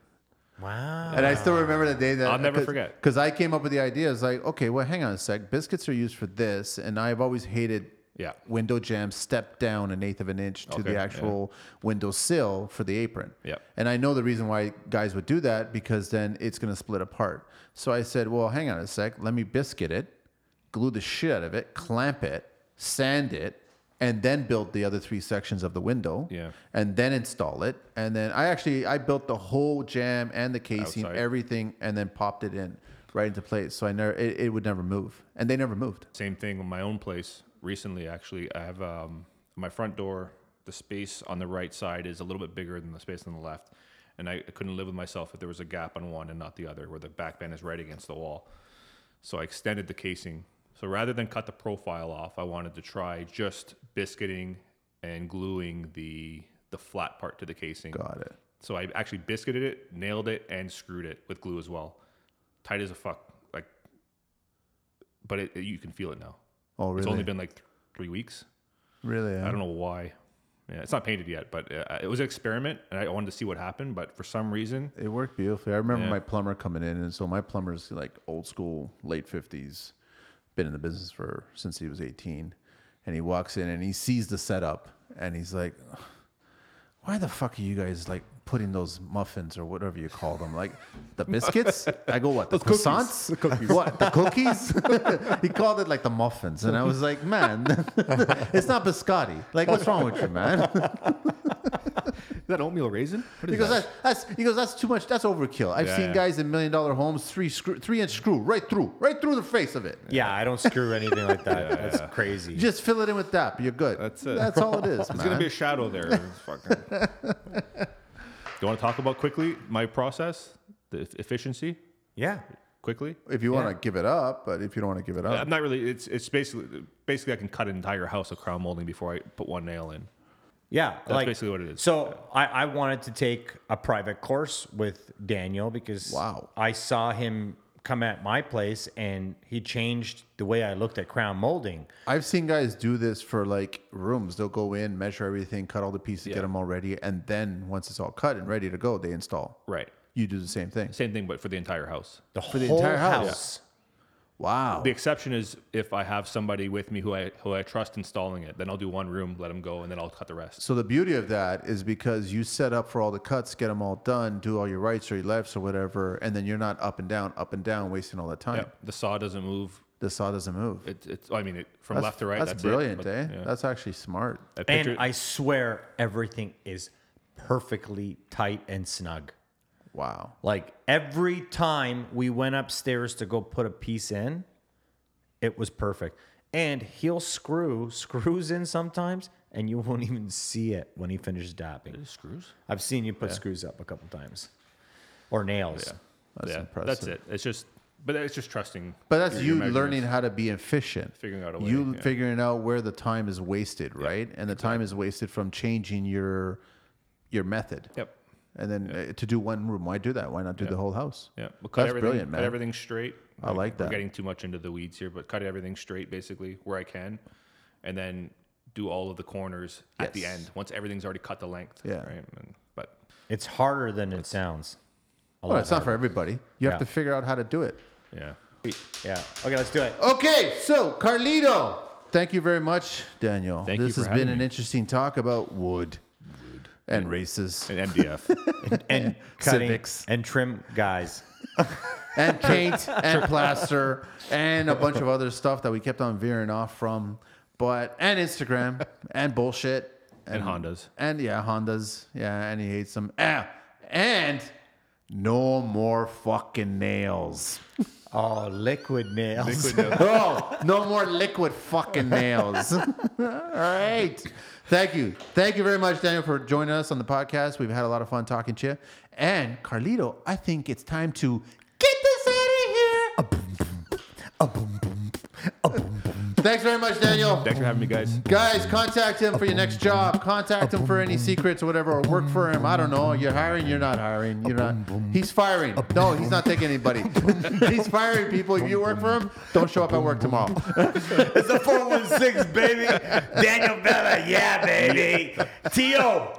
Wow.
And I still remember the day that
I'll never forget.
because I came up with the idea. It's like, okay, well, hang on a sec. Biscuits are used for this, and I've always hated
Yeah.
window jam step down an eighth of an inch to
Okay,
the
yeah.
actual window sill for the apron.
Yep.
And I know the reason why guys would do that because then it's going to split apart. So I said, well, hang on a sec. Let me biscuit it, glue the shit out of it, clamp it, sand it, and then build the other three sections of the window.
Yeah.
And then install it. And then I actually I built the whole jam and the casing,
Outside.
everything, and then popped it in right into place. So I never it, it would never move. And they never moved.
Same thing in my own place recently. Actually, I have um, my front door. The space on the right side is a little bit bigger than the space on the left, and I couldn't live with myself if there was a gap on one and not the other, where the back band is right against the wall. So I extended the casing. So rather than cut the profile off, I wanted to try just biscuiting and gluing the the flat part to the casing.
Got it.
So I actually biscuited it, nailed it, and screwed it with glue as well, tight as a fuck. Like, but it, it- you can feel it now.
Oh, really?
It's only been like th- three weeks.
really?
I don't know why. Yeah, it's not painted yet, but uh, it was an experiment, and I wanted to see what happened. But for some reason,
It worked beautifully. I remember
Yeah.
my plumber coming in, and so my plumber's like old school, late fifties, been in the business for since he was eighteen, and he walks in and he sees the setup, and he's like, "Why the fuck are you guys like putting those muffins or whatever you call them, like the biscuits?" I go, "What the
cookies.
croissants?
The cookies.
What the cookies?" he called it like the muffins, and I was like, "Man, it's not biscotti. Like, what's wrong with you, man?"
is that oatmeal raisin? What
He
is
goes,
that?
that's, that's he goes, that's too much. That's overkill. I've
Yeah,
seen
yeah.
guys in million dollar homes, three screw, three inch screw, right through, right through the face of it.
Yeah, I don't screw anything like that. That's crazy.
You Just fill it in with that. You're good.
That's it.
That's all it is.
It's gonna
man.
be a shadow there. It's fucking- Do you want to talk about quickly my process? the e- efficiency
Yeah.
quickly.
If you want to give it up, but if you don't want to give it up,
I'm not really. It's it's basically basically I can cut an entire house of crown molding before I put one nail in.
Yeah, that's
basically what it is.
So I, I wanted to take a private course with Daniel because
Wow.
I saw him come at my place and he changed the way I looked at crown molding.
I've seen guys do this for like rooms. They'll go in, measure everything, cut all the pieces, get
Yeah.
them all ready, and then once it's all cut and ready to go, they install.
Right.
You do the same thing.
Same thing, but for the entire house.
The
the
whole
entire house.
house.
Wow.
The exception is if I have somebody with me who I who I trust installing it, then I'll do one room, let them go, and then I'll cut the rest.
So the beauty of that is because you set up for all the cuts, get them all done, do all your rights or your lefts or whatever, and then you're not up and down, up and down, wasting all that time.
Yeah, the saw doesn't move.
The saw doesn't move.
It, it's I mean it from
That's-
left to right.
That's,
That's, it,
brilliant,
but,
eh?
yeah.
That's actually smart.
I picture-
And I swear everything is perfectly tight and snug.
Wow.
Like every time we went upstairs to go put a piece in, it was perfect. And he'll screw screws in sometimes, and you won't even see it when he finishes dapping.
screws.
I've seen you put screws up a couple times, or nails.
That's
yeah,
impressive.
that's it. It's just, but it's just trusting.
But that's
your- your
you
measurements.
learning how to be efficient.
Figuring out a way,
You
yeah.
figuring out where the time is wasted, right? And the time is wasted from changing your your method.
Yep.
And then uh, to do one room, why do that? Why not do the whole house?
Yeah, but cut
That's
everything,
brilliant, man.
Cut everything straight.
I like that.
We're getting too much into the weeds here, but cut everything straight basically where I can, and then do all of the corners at the
Yes.
end once everything's already cut the length.
Yeah.
Right. And, but
It's harder than it sounds. A
Well,
lot
it's not for
harder.
everybody. You
Yeah.
have to figure out how to do it.
yeah,
Yeah. Okay, let's do it.
Okay, so Carlito, thank you very much, Daniel.
Thank you
this
for
has been
having
an
me.
interesting talk about wood, and races
an MDF.
And cutting
Civics.
and trim guys.
and paint and plaster and a bunch of other stuff that we kept on veering off from, but and Instagram and bullshit
And Hondas.
and yeah Hondas yeah and he hates them ah, and no more fucking nails.
Oh, liquid nails.
Oh, no more liquid fucking nails. All right. Thank you. Thank you very much, Daniel, for joining us on the podcast. We've had a lot of fun talking to you. And Carlito, I think it's time to get this out of here. Thanks very much, Daniel.
Thanks for having me, guys.
Guys, contact him for your next job. Contact him for any secrets or whatever, or work for him. I don't know. You're hiring, you're not hiring. You're not. He's firing. No, he's not taking anybody. He's firing people. If you work for him, don't show up at work tomorrow.
It's a 416, baby. Daniel Bella, yeah, baby. T.O.